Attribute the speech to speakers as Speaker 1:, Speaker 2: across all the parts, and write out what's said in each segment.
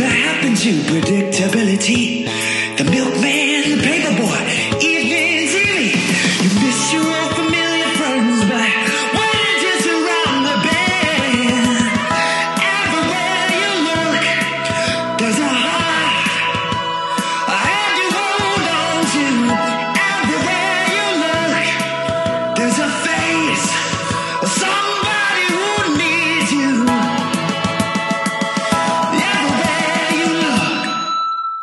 Speaker 1: into predictability. The milkman, the paperboy, even Jimmy. You miss your old familiar friends, but when just around the bend, everywhere you look, there's a heart. And you hold on to everywhere you look. There's a face of somebody who needs you. Everywhere you look.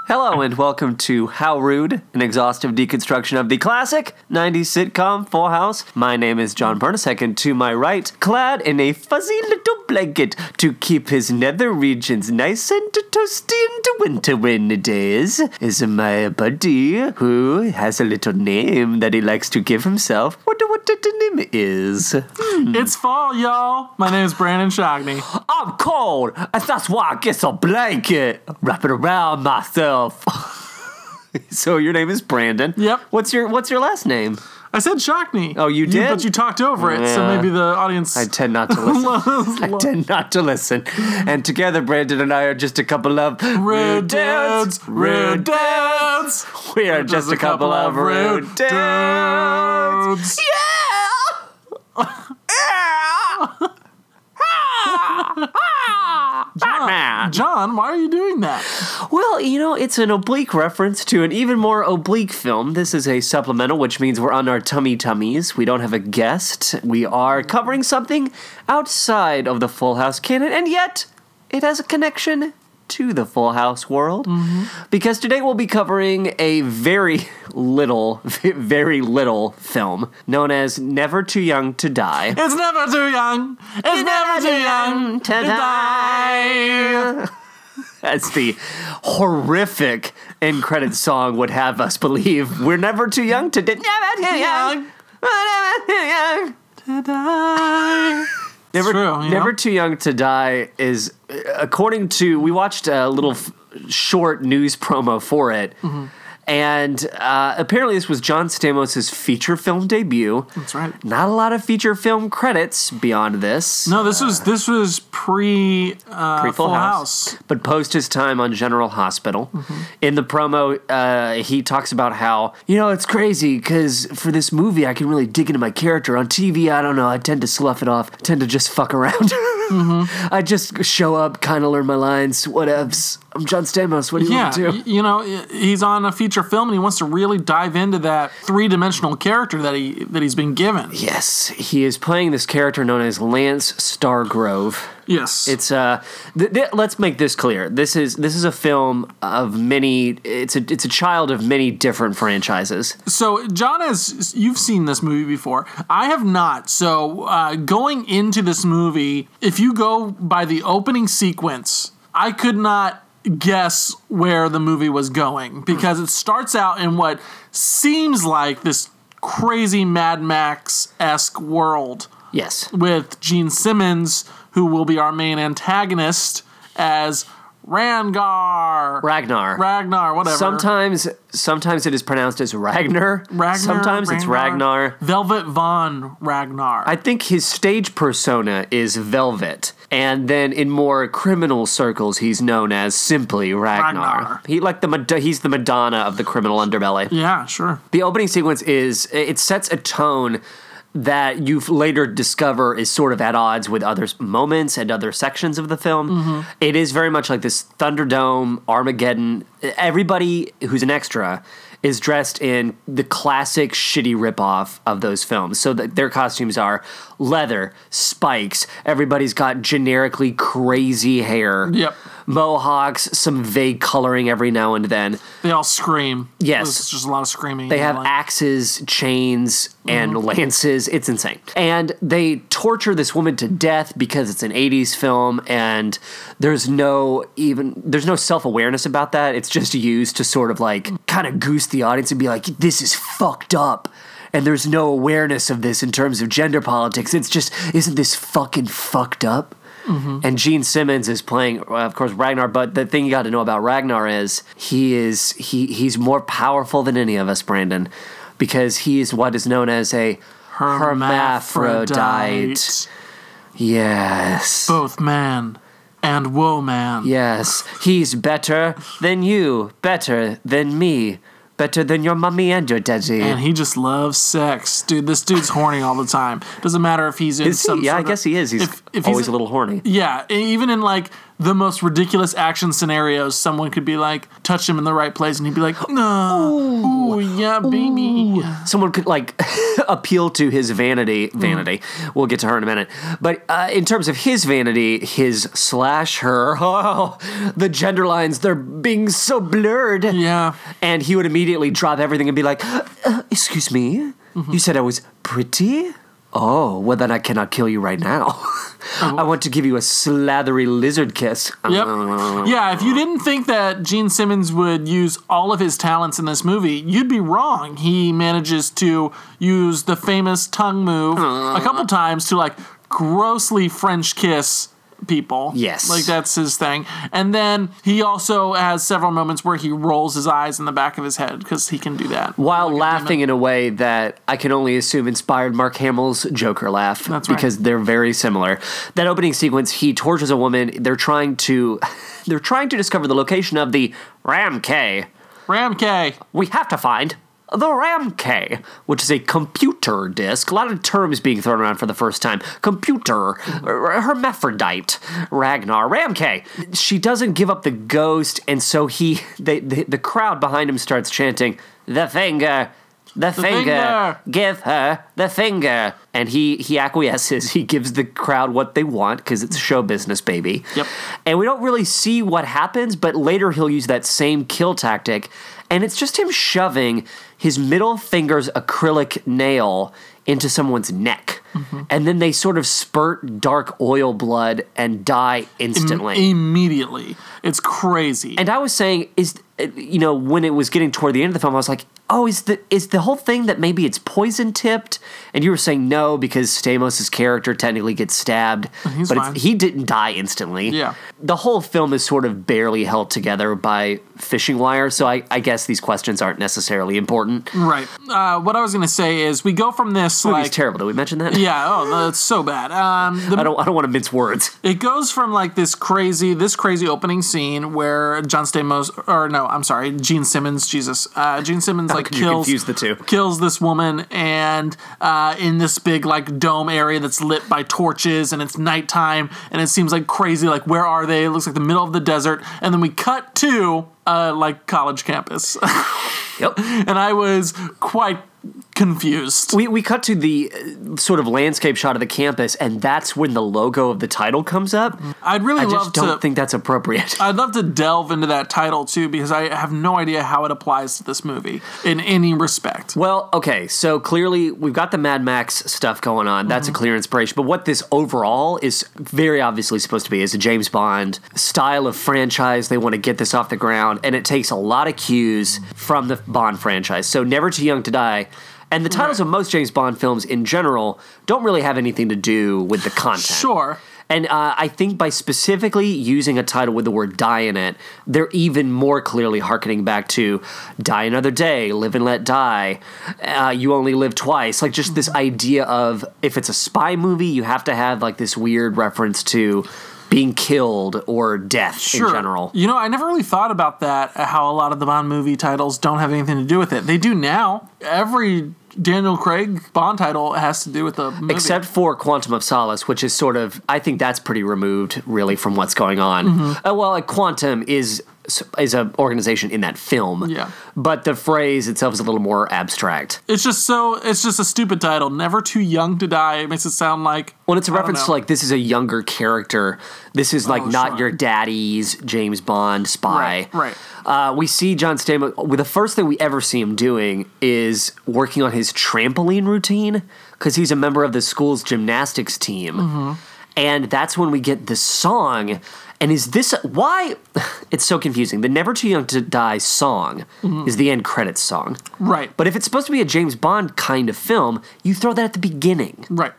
Speaker 2: Hello and welcome to How Rude, an exhaustive deconstruction of the classic 90s sitcom Full House. My name is John Bernasek, and to my right, clad in a fuzzy little blanket to keep his nether regions nice and toasty in the winter when it is, is my buddy who has a little name that he likes to give himself. Wonder what the name is.
Speaker 3: It's fall, y'all. My name is Brandon Shogney.
Speaker 2: I'm cold, and that's why I get a blanket, wrap it around myself. so your name is Brandon.
Speaker 3: Yep.
Speaker 2: What's your What's your last name?
Speaker 3: I said Shockney.
Speaker 2: Oh, you did?
Speaker 3: but you talked over it, so
Speaker 2: Yeah.
Speaker 3: maybe the audience.
Speaker 2: I tend not to listen. I tend not to listen. And together, Brandon and I are just a couple of
Speaker 3: Rude dudes, rude
Speaker 2: Rude.
Speaker 3: dudes.
Speaker 2: We are just a couple of rude dudes.
Speaker 3: dudes.
Speaker 2: Ah. Batman.
Speaker 3: John, why are you doing that?
Speaker 2: Well, you know, it's an oblique reference to an even more oblique film. This is a supplemental, which means we're on our tummy tummies. We don't have a guest. We are covering something outside of the Full House canon, and yet it has a connection to the Full House world.
Speaker 3: Mm-hmm.
Speaker 2: Because today we'll be covering a very little, very little film known as Never Too Young to Die.
Speaker 3: It's never too young. It's never too young
Speaker 2: to die. As the horrific end credit song would have us believe, we're never too young to di- never too young, never too young.
Speaker 3: To die.
Speaker 2: Never,
Speaker 3: true, you know?
Speaker 2: never too young to die is uh, according to we watched a little f- short news promo for it. And uh, apparently, this was John Stamos's feature film debut.
Speaker 3: That's right.
Speaker 2: Not a lot of feature film credits beyond this.
Speaker 3: No, this was this was pre uh,
Speaker 2: Pre Full
Speaker 3: Full
Speaker 2: House. But post his time on General Hospital. In the promo, uh, he talks about how, you know, it's crazy because for this movie, I can really dig into my character. On TV, I don't know. I tend to slough it off, tend to just fuck around. I just show up, kind of learn my lines, whatevs. I'm John Stamos. What do you
Speaker 3: Yeah,
Speaker 2: want me to do?
Speaker 3: y- you know, y- he's on a feature film and he wants to really dive into that three-dimensional character that he that he's been given.
Speaker 2: Yes, he is playing this character known as Lance Stargrove.
Speaker 3: Yes.
Speaker 2: It's uh, th- th- let's make this clear. This is this is a film of many. It's a it's a child of many different franchises.
Speaker 3: so John has you've seen this movie before. I have not. So uh, going into this movie, if you go by the opening sequence, I could not guess where the movie was going because it starts out in what seems like this crazy Mad Max esque world.
Speaker 2: Yes,
Speaker 3: with Gene Simmons, who will be our main antagonist as Rangar.
Speaker 2: Ragnar.
Speaker 3: Ragnar, whatever.
Speaker 2: Sometimes sometimes it is pronounced as Ragnar.
Speaker 3: Ragnar,
Speaker 2: Sometimes it's Ragnar.
Speaker 3: Velvet Von Ragnar.
Speaker 2: I think his stage persona is Velvet, and then in more criminal circles, he's known as simply Ragnar.
Speaker 3: Ragnar.
Speaker 2: He like the Mad- he's the Madonna of the criminal underbelly.
Speaker 3: yeah, sure.
Speaker 2: The opening sequence is it sets a tone that you later discover is sort of at odds with other s- moments and other sections of the film. It is very much like this Thunderdome, Armageddon. Everybody who's an extra is dressed in the classic shitty ripoff of those films. So that their costumes are leather, spikes, everybody's got generically crazy hair.
Speaker 3: Yep.
Speaker 2: Mohawks, some vague coloring every now and then.
Speaker 3: They all scream.
Speaker 2: Yes.
Speaker 3: There's just a lot of screaming.
Speaker 2: They have Mm-hmm.
Speaker 3: Like-
Speaker 2: axes, chains, and lances. It's insane. And they torture this woman to death because it's an 80s film and there's no even there's no self-awareness about that. It's just used to sort of like kind of goose the audience and be like this is fucked up. And there's no awareness of this in terms of gender politics. It's just isn't this fucking fucked up? Mm-hmm. And Gene Simmons is playing, uh, of course, Ragnar. But the thing you got to know about Ragnar is he is he he's more powerful than any of us, Brandon, because he is what is known as a hermaphrodite.
Speaker 3: hermaphrodite.
Speaker 2: Yes,
Speaker 3: Both man and Woe Man.
Speaker 2: Yes, he's better than you, better than me, better than your mummy and your daddy.
Speaker 3: And he just loves sex, dude. This dude's horny all the time. Doesn't matter if he's in
Speaker 2: Is he?
Speaker 3: some.
Speaker 2: Yeah, I
Speaker 3: sort of-
Speaker 2: guess he is. He's
Speaker 3: if- if
Speaker 2: always
Speaker 3: he's-
Speaker 2: a little horny.
Speaker 3: Yeah, e- even in like the most ridiculous action scenarios, someone could be like, touch him in the right place, and he'd be like, no, ooh, yeah, baby.
Speaker 2: someone could like appeal to his vanity vanity we'll get to her in a minute but uh, in terms of his vanity his slash her oh, the gender lines they're being so blurred
Speaker 3: Yeah,
Speaker 2: and he would immediately drop everything and be like uh, excuse me you said i was pretty oh well then i cannot kill you right now i want to give you a slathery lizard kiss
Speaker 3: yep, yeah. If you didn't think that Gene Simmons would use all of his talents in this movie, you'd be wrong. He manages to use the famous tongue move a couple times to like grossly French kiss people.
Speaker 2: Yes.
Speaker 3: like that's his thing. And then he also has several moments where he rolls his eyes in the back of his head because he can do that.
Speaker 2: while laughing in a way that I can only assume inspired Mark Hamill's Joker laugh
Speaker 3: That's right.
Speaker 2: because they're very similar. That opening sequence, he tortures a woman. They're trying to, they're trying to discover the location of the Ram K.
Speaker 3: Ram K.
Speaker 2: We have to find the Ram K, which is a computer disk. A lot of terms being thrown around for the first time. Computer, her- hermaphrodite, Ragnar, Ram K. She doesn't give up the ghost, and so he, they, the, the crowd behind him starts chanting, "The finger." The,
Speaker 3: finger."
Speaker 2: finger, give her the finger, and he he acquiesces. He gives the crowd what they want because it's show business, baby.
Speaker 3: Yep.
Speaker 2: And we don't really see what happens, but later he'll use that same kill tactic. And it's just him shoving his middle finger's acrylic nail into someone's neck. And then they sort of spurt dark oil blood and die instantly.
Speaker 3: Immediately. It's crazy.
Speaker 2: and I was saying, is you know when it was getting toward the end of the film, I was like, oh, is the is the whole thing that maybe it's poison tipped? And you were saying no because Stamos's character technically gets stabbed,
Speaker 3: He's
Speaker 2: but
Speaker 3: fine.
Speaker 2: it's, he didn't die instantly.
Speaker 3: Yeah.
Speaker 2: the whole film is sort of barely held together by fishing wire. So I, I guess these questions aren't necessarily important.
Speaker 3: right. Uh, what I was going to say is we go from this,
Speaker 2: Movie's
Speaker 3: like.
Speaker 2: terrible. Did we mention that?
Speaker 3: yeah, oh, that's so bad. Um, the
Speaker 2: I don't. I don't want to mince words.
Speaker 3: It goes from like this crazy, this crazy opening scene where John Stamos, or no, I'm sorry, Gene Simmons, Jesus, uh, Gene Simmons like
Speaker 2: could you
Speaker 3: kills
Speaker 2: confuse the two?
Speaker 3: kills this woman, and uh, in this big like dome area that's lit by torches, and it's nighttime, and it seems like crazy. Like where are they? It looks like the middle of the desert, and then we cut to uh, like college campus,
Speaker 2: Yep.
Speaker 3: and I was quite confused.
Speaker 2: We, we cut to the uh, sort of landscape shot of the campus, and that's when the logo of the title comes up.
Speaker 3: I'd really
Speaker 2: I
Speaker 3: love
Speaker 2: just don't
Speaker 3: to.
Speaker 2: think that's appropriate.
Speaker 3: I'd love to delve into that title too because I have no idea how it applies to this movie in any respect.
Speaker 2: Well, okay, so clearly we've got the Mad Max stuff going on. That's
Speaker 3: Mm-hmm.
Speaker 2: a clear inspiration. But what this overall is very obviously supposed to be is a James Bond style of franchise. They want to get this off the ground, and it takes a lot of cues from the Bond franchise. So, Never Too Young to Die. And the titles of most James Bond films in general don't really have anything to do with the content.
Speaker 3: Sure.
Speaker 2: And uh, I think by specifically using a title with the word die in it, they're even more clearly hearkening back to Die Another Day, Live and Let Die, uh, You Only Live Twice. Like just this idea of if it's a spy movie, you have to have like this weird reference to being killed or death
Speaker 3: Sure.
Speaker 2: in general.
Speaker 3: You know, I never really thought about that uh, how a lot of the Bond movie titles don't have anything to do with it. They do now. Every Daniel Craig Bond title has to do with the movie.
Speaker 2: Except for Quantum of Solace, which is sort of, I think that's pretty removed, really, from what's going on.
Speaker 3: Mm-hmm.
Speaker 2: Uh, well, like Quantum is is an organization in that film,
Speaker 3: Yeah.
Speaker 2: But the phrase itself is a little more abstract.
Speaker 3: it's just so it's just a stupid title. Never too young to die. It makes it sound like
Speaker 2: When it's a
Speaker 3: I don't
Speaker 2: reference to
Speaker 3: know.
Speaker 2: like this is a younger character, this is like
Speaker 3: Oh,
Speaker 2: not
Speaker 3: sure.
Speaker 2: your daddy's James Bond spy.
Speaker 3: Right, right.
Speaker 2: Uh, we see John Stamos. Well, the first thing we ever see him doing is working on his trampoline routine because he's a member of the school's gymnastics team,
Speaker 3: Mm-hmm.
Speaker 2: and that's when we get the song. And is this why? It's so confusing. The "Never Too Young to Die" song
Speaker 3: Mm-hmm.
Speaker 2: is the end credits song,
Speaker 3: right.
Speaker 2: but if it's supposed to be a James Bond kind of film, you throw that at the beginning
Speaker 3: right.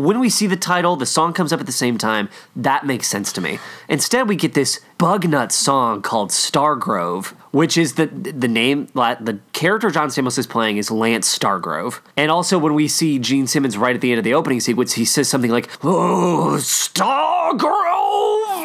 Speaker 2: when we see the title, the song comes up at the same time. That makes sense to me. Instead, we get this bug nut song called Stargrove, which is the the name like, the character John Stamos is playing is Lance Stargrove. And also, when we see Gene Simmons right at the end of the opening sequence, he says something like "Oh, Stargrove."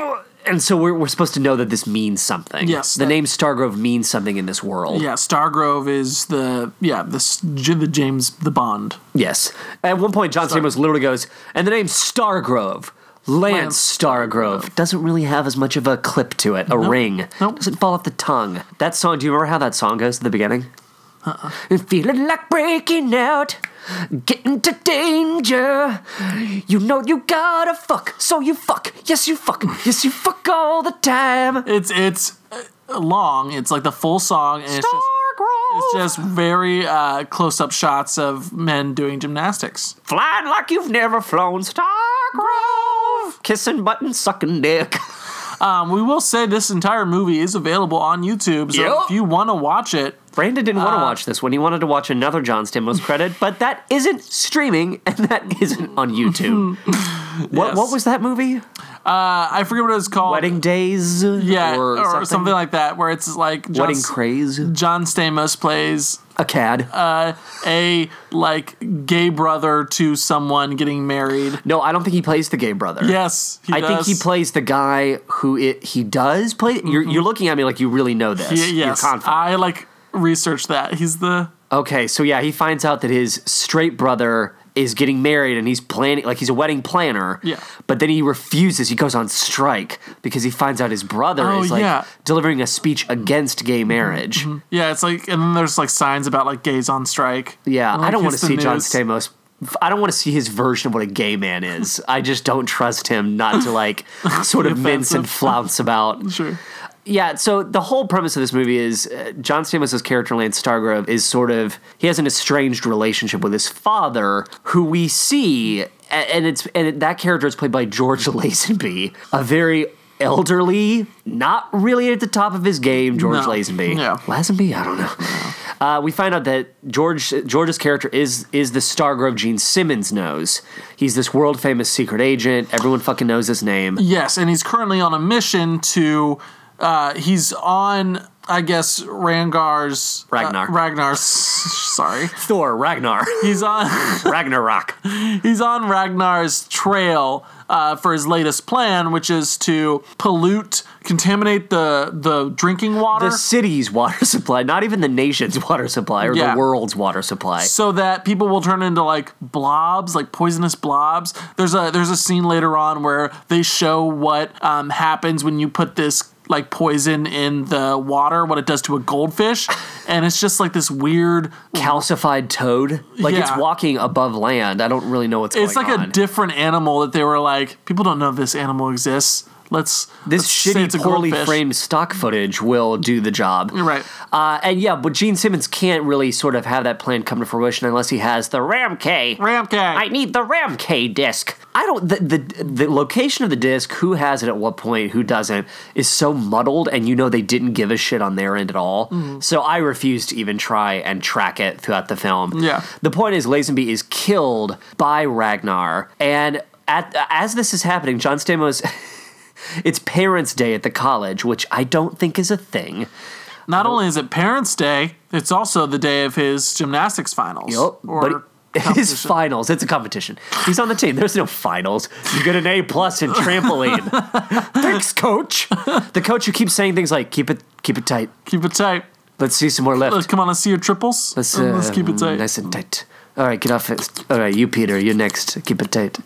Speaker 2: and so we're, we're supposed to know that this means something.
Speaker 3: Yes,
Speaker 2: the
Speaker 3: that-
Speaker 2: name Stargrove means something in this world.
Speaker 3: Yeah, Stargrove is the yeah the s- J- the James the Bond.
Speaker 2: Yes. At one point, John Stamos literally goes, and the name Stargrove, Lance
Speaker 3: Lance
Speaker 2: Stargrove, doesn't really have as much of a clip to it, a ring.
Speaker 3: Nope.
Speaker 2: Doesn't fall off the tongue. That song, do you remember how that song goes at the beginning? Uh-uh. Feeling like breaking out, getting to danger. You know you gotta fuck, so you fuck. Yes, you fuck. yes, you fuck all the time.
Speaker 3: It's it's uh, long. It's like the full song, and it's just
Speaker 2: Stargrove!
Speaker 3: it's just very uh, close up shots of men doing gymnastics.
Speaker 2: Flying like you've never flown, Stargrove! Kissing button, sucking dick.
Speaker 3: Um, we will say this entire movie is available on YouTube, so
Speaker 2: Yep.
Speaker 3: if you want to watch it,
Speaker 2: Brandon didn't
Speaker 3: Uh,
Speaker 2: want to watch this one. He wanted to watch another John Stamos credit, but that isn't streaming and that isn't on YouTube. what,
Speaker 3: Yes.
Speaker 2: what was that movie?
Speaker 3: uh, I forget what it was called.
Speaker 2: Wedding Days?
Speaker 3: yeah, or, something. like that, where it's like John,
Speaker 2: Wedding Craze?
Speaker 3: John Stamos plays
Speaker 2: A cad.
Speaker 3: uh, a like gay brother to someone getting married.
Speaker 2: no, I don't think he plays the gay brother.
Speaker 3: Yes, he
Speaker 2: I think
Speaker 3: does.
Speaker 2: he plays the guy who it, he does play. You're, you're looking at me like you really know this.
Speaker 3: Y-
Speaker 2: You're
Speaker 3: yes,
Speaker 2: confident.
Speaker 3: I like researched that. He's the
Speaker 2: Okay, so yeah, he finds out that his straight brother is getting married and he's planning like he's a wedding planner.
Speaker 3: Yeah.
Speaker 2: But then he refuses, he goes on strike because he finds out his brother
Speaker 3: Oh,
Speaker 2: is like
Speaker 3: yeah. Mm-hmm.
Speaker 2: delivering a speech against gay marriage.
Speaker 3: yeah. It's like and then there's like signs about like gays on strike.
Speaker 2: Yeah,
Speaker 3: And, like,
Speaker 2: I don't want
Speaker 3: it's
Speaker 2: to
Speaker 3: the
Speaker 2: see John
Speaker 3: news.
Speaker 2: Stamos I don't want to see his version of what a gay man is. I just don't trust him not to like sort of mince and
Speaker 3: offensive.
Speaker 2: flounce about.
Speaker 3: Sure.
Speaker 2: Yeah, so the whole premise of this movie is uh, John Stamos' character Lance Stargrove is sort of he has an estranged relationship with his father, who we see, a- and it's and it- that character is played by George Lazenby, a very elderly, not really at the top of his game, George
Speaker 3: No.
Speaker 2: Lazenby.
Speaker 3: Yeah.
Speaker 2: Lazenby, I don't know. Uh, we find out that George George's character is is the Stargrove Gene Simmons knows. He's this world famous secret agent. Everyone fucking knows his name.
Speaker 3: Yes, and he's currently on a mission to. Uh, he's on, I guess, Rangar's
Speaker 2: Ragnar.
Speaker 3: Uh, Ragnar's. sorry,
Speaker 2: Thor Ragnar,
Speaker 3: he's on.
Speaker 2: Ragnarok.
Speaker 3: he's on Ragnar's trail uh, for his latest plan, which is to pollute, contaminate the the drinking water.
Speaker 2: the city's water supply, not even the nation's water supply or
Speaker 3: Yeah.
Speaker 2: the world's water supply.
Speaker 3: so that people will turn into like blobs, like poisonous blobs. There's a there's a scene later on where they show what um, happens when you put this like poison in the water, what it does to a goldfish, and it's just like this weird.
Speaker 2: Calcified toad, like it's
Speaker 3: Yeah.
Speaker 2: walking above land. I don't really know what's
Speaker 3: It's
Speaker 2: going
Speaker 3: like
Speaker 2: on.
Speaker 3: a different animal that they were like, people don't know this animal exists. Let's
Speaker 2: this
Speaker 3: let's say it's a
Speaker 2: shitty, poorly
Speaker 3: goldfish."
Speaker 2: framed stock footage will do the job.
Speaker 3: You're right.
Speaker 2: Uh, and yeah, but Gene Simmons can't really sort of have that plan come to fruition unless he has the Ram K.
Speaker 3: Ramke.
Speaker 2: I need the Ram K disc. I don't the, the the location of the disc, who has it at what point, who doesn't, is so muddled, and you know they didn't give a shit on their end at all. So I refuse to even try and track it throughout the film.
Speaker 3: Yeah.
Speaker 2: The point is, Lazenby is killed by Ragnar, and at as this is happening, John Stamos. It's Parents' Day at the college, which I don't think is a thing.
Speaker 3: Not only is it Parents' Day, it's also the day of his gymnastics finals.
Speaker 2: Yup,
Speaker 3: Or
Speaker 2: but his
Speaker 3: competition.
Speaker 2: finals. It's a competition. He's on the team. There's no finals. You get an A plus in trampoline. Thanks, coach. The coach who keeps saying things like "keep it, keep it tight.
Speaker 3: keep it tight.
Speaker 2: Let's see some more lift.
Speaker 3: Let's come on, let's see your triples.
Speaker 2: let's,
Speaker 3: And let's
Speaker 2: uh,
Speaker 3: keep it tight.
Speaker 2: Nice and tight. All right, get off it. All right, you, Peter, you're next. Keep it tight.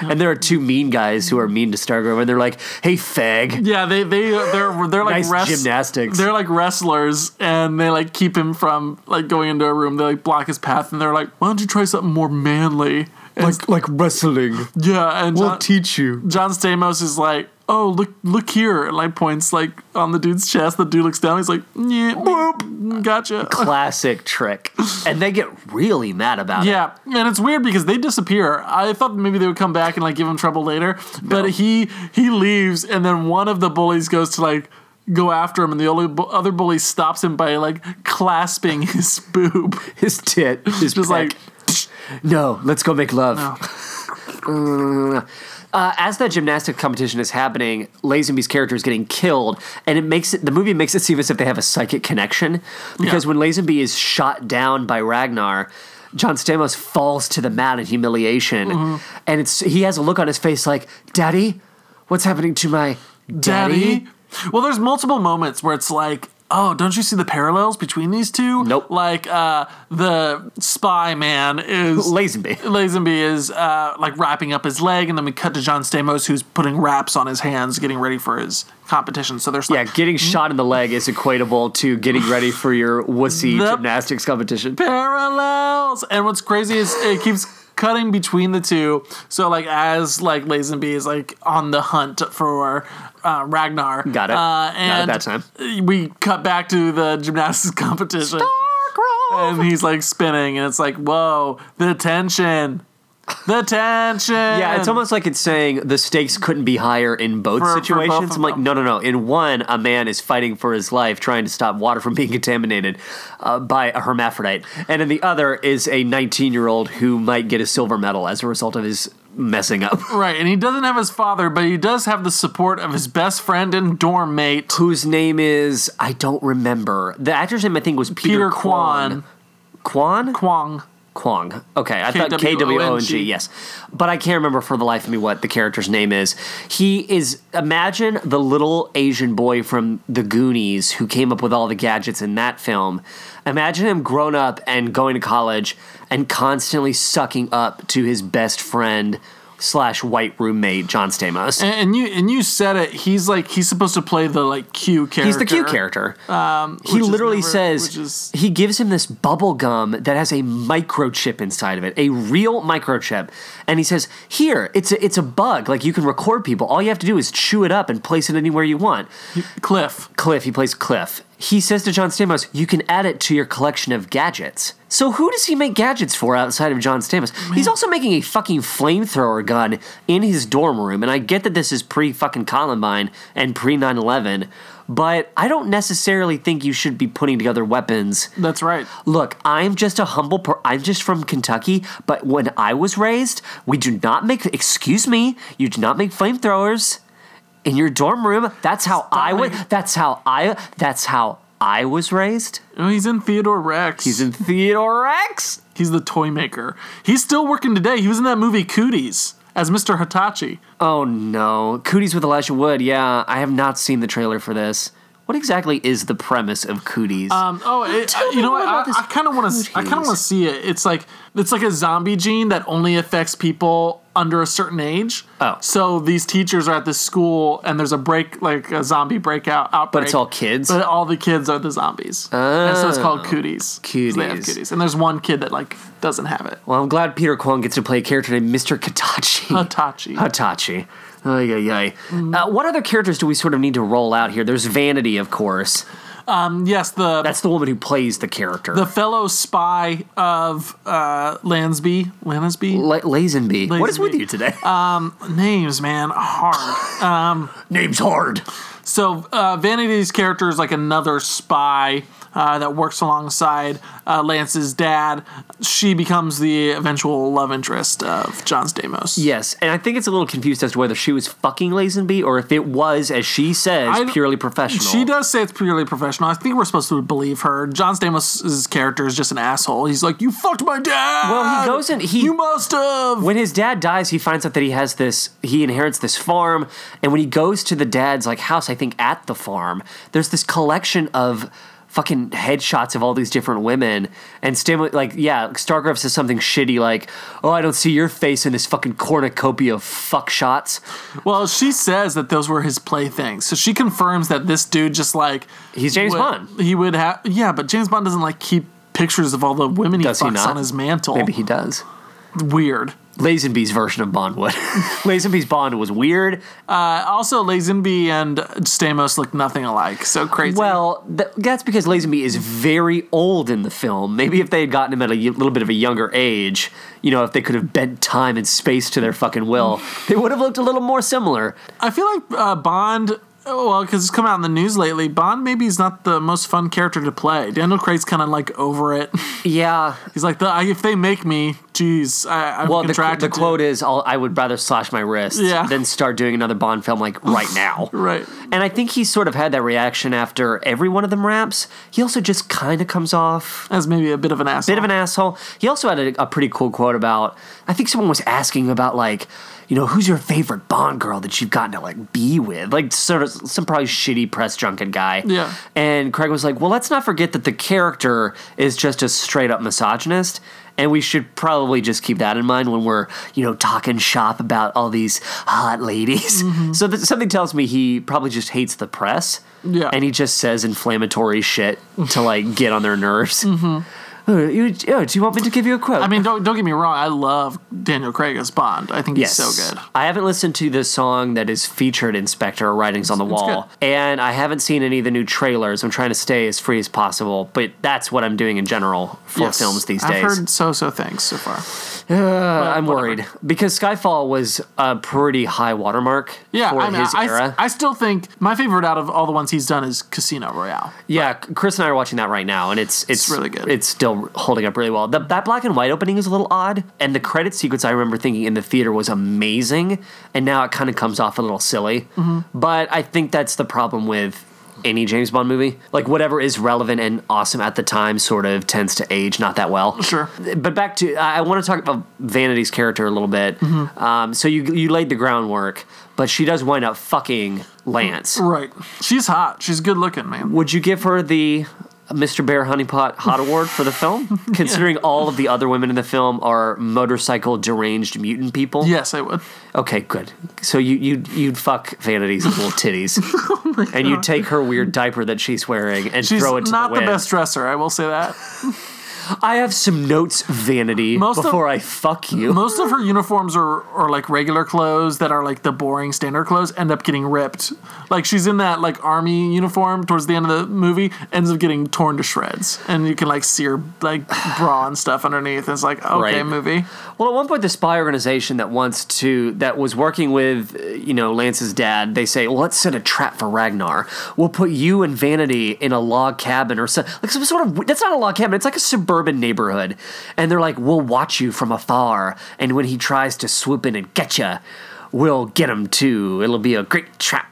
Speaker 2: And there are two mean guys who are mean to Stargrove, and they're like, "Hey, fag."
Speaker 3: Yeah, they they they're they're like
Speaker 2: Nice
Speaker 3: wrest-
Speaker 2: gymnastics.
Speaker 3: They're like wrestlers, and they like keep him from like going into a room. They like block his path, and they're like, "Why don't you try something more manly?" And
Speaker 2: Like, like wrestling.
Speaker 3: yeah, and John,
Speaker 2: teach you.
Speaker 3: John Stamos is like, "Oh, look look here," and like points like on the dude's chest. The dude looks down. He's like, "Yeah, boop, gotcha."
Speaker 2: Classic trick. And they get really mad about it.
Speaker 3: Yeah, and it's weird because they disappear. I thought maybe they would come back and like give him trouble later, but he he leaves, and then one of the bullies goes to like go after him, and the only bu- other bully stops him by like clasping his boob,
Speaker 2: His tit. His peck.
Speaker 3: just like
Speaker 2: No, let's go make love.
Speaker 3: Oh.
Speaker 2: Uh, as that gymnastic competition is happening, Lazenby's character is getting killed, and it makes it the movie makes it seem as if they have a psychic connection. Because
Speaker 3: Yeah.
Speaker 2: when Lazenby is shot down by Ragnar, John Stamos falls to the mat in
Speaker 3: Mm-hmm.
Speaker 2: humiliation, and it's he has a look on his face like, "Daddy, what's happening to my
Speaker 3: Daddy. Well, there's multiple moments where it's like, oh, don't you see the parallels between these two?
Speaker 2: Nope.
Speaker 3: Like uh, the spy man is
Speaker 2: Lazenby.
Speaker 3: Lazenby is uh, like wrapping up his leg, and then we cut to John Stamos who's putting wraps on his hands, getting ready for his competition. So there's
Speaker 2: Yeah,
Speaker 3: like
Speaker 2: getting shot in the leg is equatable to getting ready for your wussy
Speaker 3: Nope.
Speaker 2: gymnastics competition.
Speaker 3: parallels. And what's crazy is it keeps cutting between the two. So like as like Lazenby is like on the hunt for uh, Ragnar.
Speaker 2: Got it.
Speaker 3: Uh,
Speaker 2: Not at
Speaker 3: and
Speaker 2: that time.
Speaker 3: We cut back to the gymnastics competition. And he's like spinning, and it's like, whoa, the tension, the tension.
Speaker 2: Yeah, it's almost like it's saying the stakes couldn't be higher in both
Speaker 3: For- for both
Speaker 2: situations.
Speaker 3: of
Speaker 2: I'm like,
Speaker 3: them.
Speaker 2: no, no, no. In one, a man is fighting for his life, trying to stop water from being contaminated uh, by a hermaphrodite, and in the other is a 19 year old who might get a silver medal as a result of his messing up.
Speaker 3: right. And he doesn't have his father, but he does have the support of his best friend and dorm mate,
Speaker 2: Whose name is I don't remember. The actor's name I think was Peter,
Speaker 3: Peter Kwan.
Speaker 2: Kwan. Kwan.
Speaker 3: Kwong.
Speaker 2: Kwong. Okay, I thought K W O N G.
Speaker 3: K-W-O-N-G.
Speaker 2: Yes, but I can't remember for the life of me what the character's name is. He is imagine the little Asian boy from the Goonies who came up with all the gadgets in that film. Imagine him grown up and going to college and constantly sucking up to his best friend slash white roommate John Stamos.
Speaker 3: And, and you and you said it. He's like he's supposed to play the like Q character. Um,
Speaker 2: He's the cute character. he
Speaker 3: which is
Speaker 2: literally
Speaker 3: never-
Speaker 2: says
Speaker 3: which is-
Speaker 2: he gives him this bubble gum that has a microchip inside of it, a real microchip, and he says, "Here, it's a it's a bug. Like you can record people. All you have to do is chew it up and place it anywhere you want."
Speaker 3: Cliff.
Speaker 2: Cliff, he plays Cliff. He says to John Stamos, "You can add it to your collection of gadgets." So who does he make gadgets for outside of John Stamos? He's also making a fucking flamethrower gun in his dorm room, and I get that this is pre fucking Columbine and pre 9/11, but I don't necessarily think you should be putting together weapons
Speaker 3: That's right.
Speaker 2: Look, I'm just a humble. Per- I'm just from Kentucky, but when I was raised, we do not make. Excuse me, you do not make flamethrowers in your dorm room. That's how I was.
Speaker 3: making-
Speaker 2: That's how I. That's how I was raised.
Speaker 3: Oh, he's in Theodore Rex.
Speaker 2: He's in Theodore Rex.
Speaker 3: he's the toy maker. He's still working today. He was in that movie Cooties as Mr. Hitachi.
Speaker 2: Oh no, Cooties with Elijah Wood. Yeah, I have not seen the trailer for this. What exactly is the premise of Cooties?
Speaker 3: Um, oh, it,
Speaker 2: Tell
Speaker 3: you
Speaker 2: me
Speaker 3: know
Speaker 2: more
Speaker 3: what?
Speaker 2: about
Speaker 3: I,
Speaker 2: this
Speaker 3: I kind of want to. I kind of
Speaker 2: Cooties.
Speaker 3: want to see it. It's like it's like a zombie gene that only affects people under a certain age.
Speaker 2: Oh.
Speaker 3: so these teachers are at this school, and there's a break, like a zombie breakout outbreak.
Speaker 2: it's all kids?
Speaker 3: But all the kids are the zombies, and so it's called cooties. 'Cause They have
Speaker 2: Cooties.
Speaker 3: cooties, and there's one kid that like doesn't have it.
Speaker 2: well, I'm glad Peter Kwong gets to play a character named Mr. Katachi.
Speaker 3: Hitachi.
Speaker 2: Hitachi. Ay, ay, ay. Uh, what other characters do we sort of need to roll out here? There's Vanity, of course.
Speaker 3: Um, yes, the
Speaker 2: That's the woman who plays the character.
Speaker 3: the fellow spy of uh, Lansby. Lansby.
Speaker 2: La- Lazenby. What is with
Speaker 3: Lazenby. Uh,
Speaker 2: you today?
Speaker 3: Names, man, hard.
Speaker 2: Name's hard.
Speaker 3: So uh, Vanity's character is like another spy uh, that works alongside uh, Lance's dad. She becomes the eventual love interest of John Stamos.
Speaker 2: Yes, and I think it's a little confused as to whether she was fucking Lazenby or if it was, as she says,
Speaker 3: I-
Speaker 2: purely professional.
Speaker 3: She does say it's purely professional. I think we're supposed to believe her. John Stamos' character is just an asshole. He's like, "You fucked my dad."
Speaker 2: Well, he goes and he-
Speaker 3: You must have.
Speaker 2: when his dad dies, he finds out that he has this, he inherits this farm, and when he goes to the dad's like house, I think at the farm, there's this collection of fucking headshots of all these different women, and Stam like yeah, Stargrove says something shitty like, "Oh, I don't see your face in this fucking cornucopia of fuck shots."
Speaker 3: Well, she says that those were his playthings. So she confirms that this dude just like
Speaker 2: He's James
Speaker 3: would-
Speaker 2: Bond.
Speaker 3: He would have yeah, but James Bond doesn't like keep pictures of all the women he
Speaker 2: Does he
Speaker 3: fucks
Speaker 2: not?
Speaker 3: on his mantle.
Speaker 2: Maybe he does.
Speaker 3: Weird.
Speaker 2: Lazenby's version of Bond would. Lazenby's Bond was weird
Speaker 3: Uh, also, Lazenby and Stamos look nothing alike. So crazy.
Speaker 2: Well, th- that's because Lazenby is very old in the film. Maybe if they had gotten him at a y- little bit of a younger age, you know, if they could have bent time and space to their fucking will, they would have looked a little more similar.
Speaker 3: I feel like uh, Bond. Well, because it's come out in the news lately, Bond maybe is not the most fun character to play. Daniel Craig's kind of like over it.
Speaker 2: Yeah,
Speaker 3: He's like, the, I, if they make me, geez, I, I'm
Speaker 2: Well, the,
Speaker 3: contracted.
Speaker 2: the quote is, I'll, "I would rather slash my wrists
Speaker 3: Yeah.
Speaker 2: than start doing another Bond film like right now."
Speaker 3: Right.
Speaker 2: And I think he sort of had that reaction after every one of them wraps. He also just kind of comes off
Speaker 3: as maybe a bit of an asshole.
Speaker 2: bit of an asshole. He also had a, a pretty cool quote about. I think someone was asking about like, you know, who's your favorite Bond girl that you've gotten to like be with, like sort of some probably shitty press junket guy.
Speaker 3: Yeah.
Speaker 2: And Craig was like, well, let's not forget that the character is just a straight up misogynist. And we should probably just keep that in mind when we're, you know, talking shop about all these hot ladies.
Speaker 3: Mm-hmm.
Speaker 2: So that something tells me he probably just hates the press.
Speaker 3: Yeah.
Speaker 2: And he just says inflammatory shit to like get on their
Speaker 3: Mm-hmm.
Speaker 2: nerves. Oh, you, oh, do you want me to give you a quote?
Speaker 3: I mean, don't don't get me wrong. I love Daniel Craig as Bond. I think he's so good.
Speaker 2: I haven't listened to the song that is featured in Spectre Writings on the Wall, and I haven't seen any of the new trailers. I'm trying to stay as free as possible, but that's what I'm doing in general for
Speaker 3: Yes.
Speaker 2: films these
Speaker 3: I've
Speaker 2: days.
Speaker 3: heard uh, so so things so far.
Speaker 2: Uh, I'm worried because Skyfall was a pretty high watermark
Speaker 3: Yeah,
Speaker 2: for
Speaker 3: I mean,
Speaker 2: his
Speaker 3: I,
Speaker 2: era.
Speaker 3: I still think my favorite out of all the ones he's done is Casino Royale.
Speaker 2: yeah, Chris and I are watching that right now, and it's it's,
Speaker 3: really good.
Speaker 2: It's still holding up really well. The, that black and white opening is a little odd, and the credit sequence I remember thinking in the theater was amazing, and now it kind of comes off a little silly.
Speaker 3: Mm-hmm.
Speaker 2: But I think that's the problem with any James Bond movie. Like whatever is relevant and awesome at the time sort of tends to age not that well.
Speaker 3: Sure.
Speaker 2: But back to I want to talk about Vanity's character a little bit.
Speaker 3: Mm-hmm.
Speaker 2: Um, so you you laid the groundwork, but she does wind up fucking Lance.
Speaker 3: Right. She's hot. She's good looking, man.
Speaker 2: Would you give her the Mr. Bear Honeypot Hot Award for the film? Considering all of the other women in the film are motorcycle deranged mutant people.
Speaker 3: Yes, I would.
Speaker 2: Okay, good. So you you you'd fuck Vanity's little titties, and you take her weird diaper that she's wearing and
Speaker 3: Oh She's
Speaker 2: throw it to
Speaker 3: not
Speaker 2: the, wind.
Speaker 3: best dresser. I will say that.
Speaker 2: I have some notes, Vanity,
Speaker 3: Most of-
Speaker 2: before I fuck you.
Speaker 3: Most of her uniforms are, are like regular clothes that are like the boring standard clothes end up getting ripped. Like she's in that like army uniform towards the end of the movie ends up getting torn to shreds, and you can like see her like bra and stuff underneath. It's like okay,
Speaker 2: Right.
Speaker 3: movie.
Speaker 2: Well, at one point, the spy organization that wants to that was working with uh, you know Lance's dad, they say, well, "Let's set a trap for Ragnar. We'll put you and Vanity in a log cabin or so, like some sort of that's not a log cabin. It's like a suburban neighborhood, and they're like, "We'll watch you from afar, and when he tries to swoop in and get you, we'll get him too. It'll be a great trap."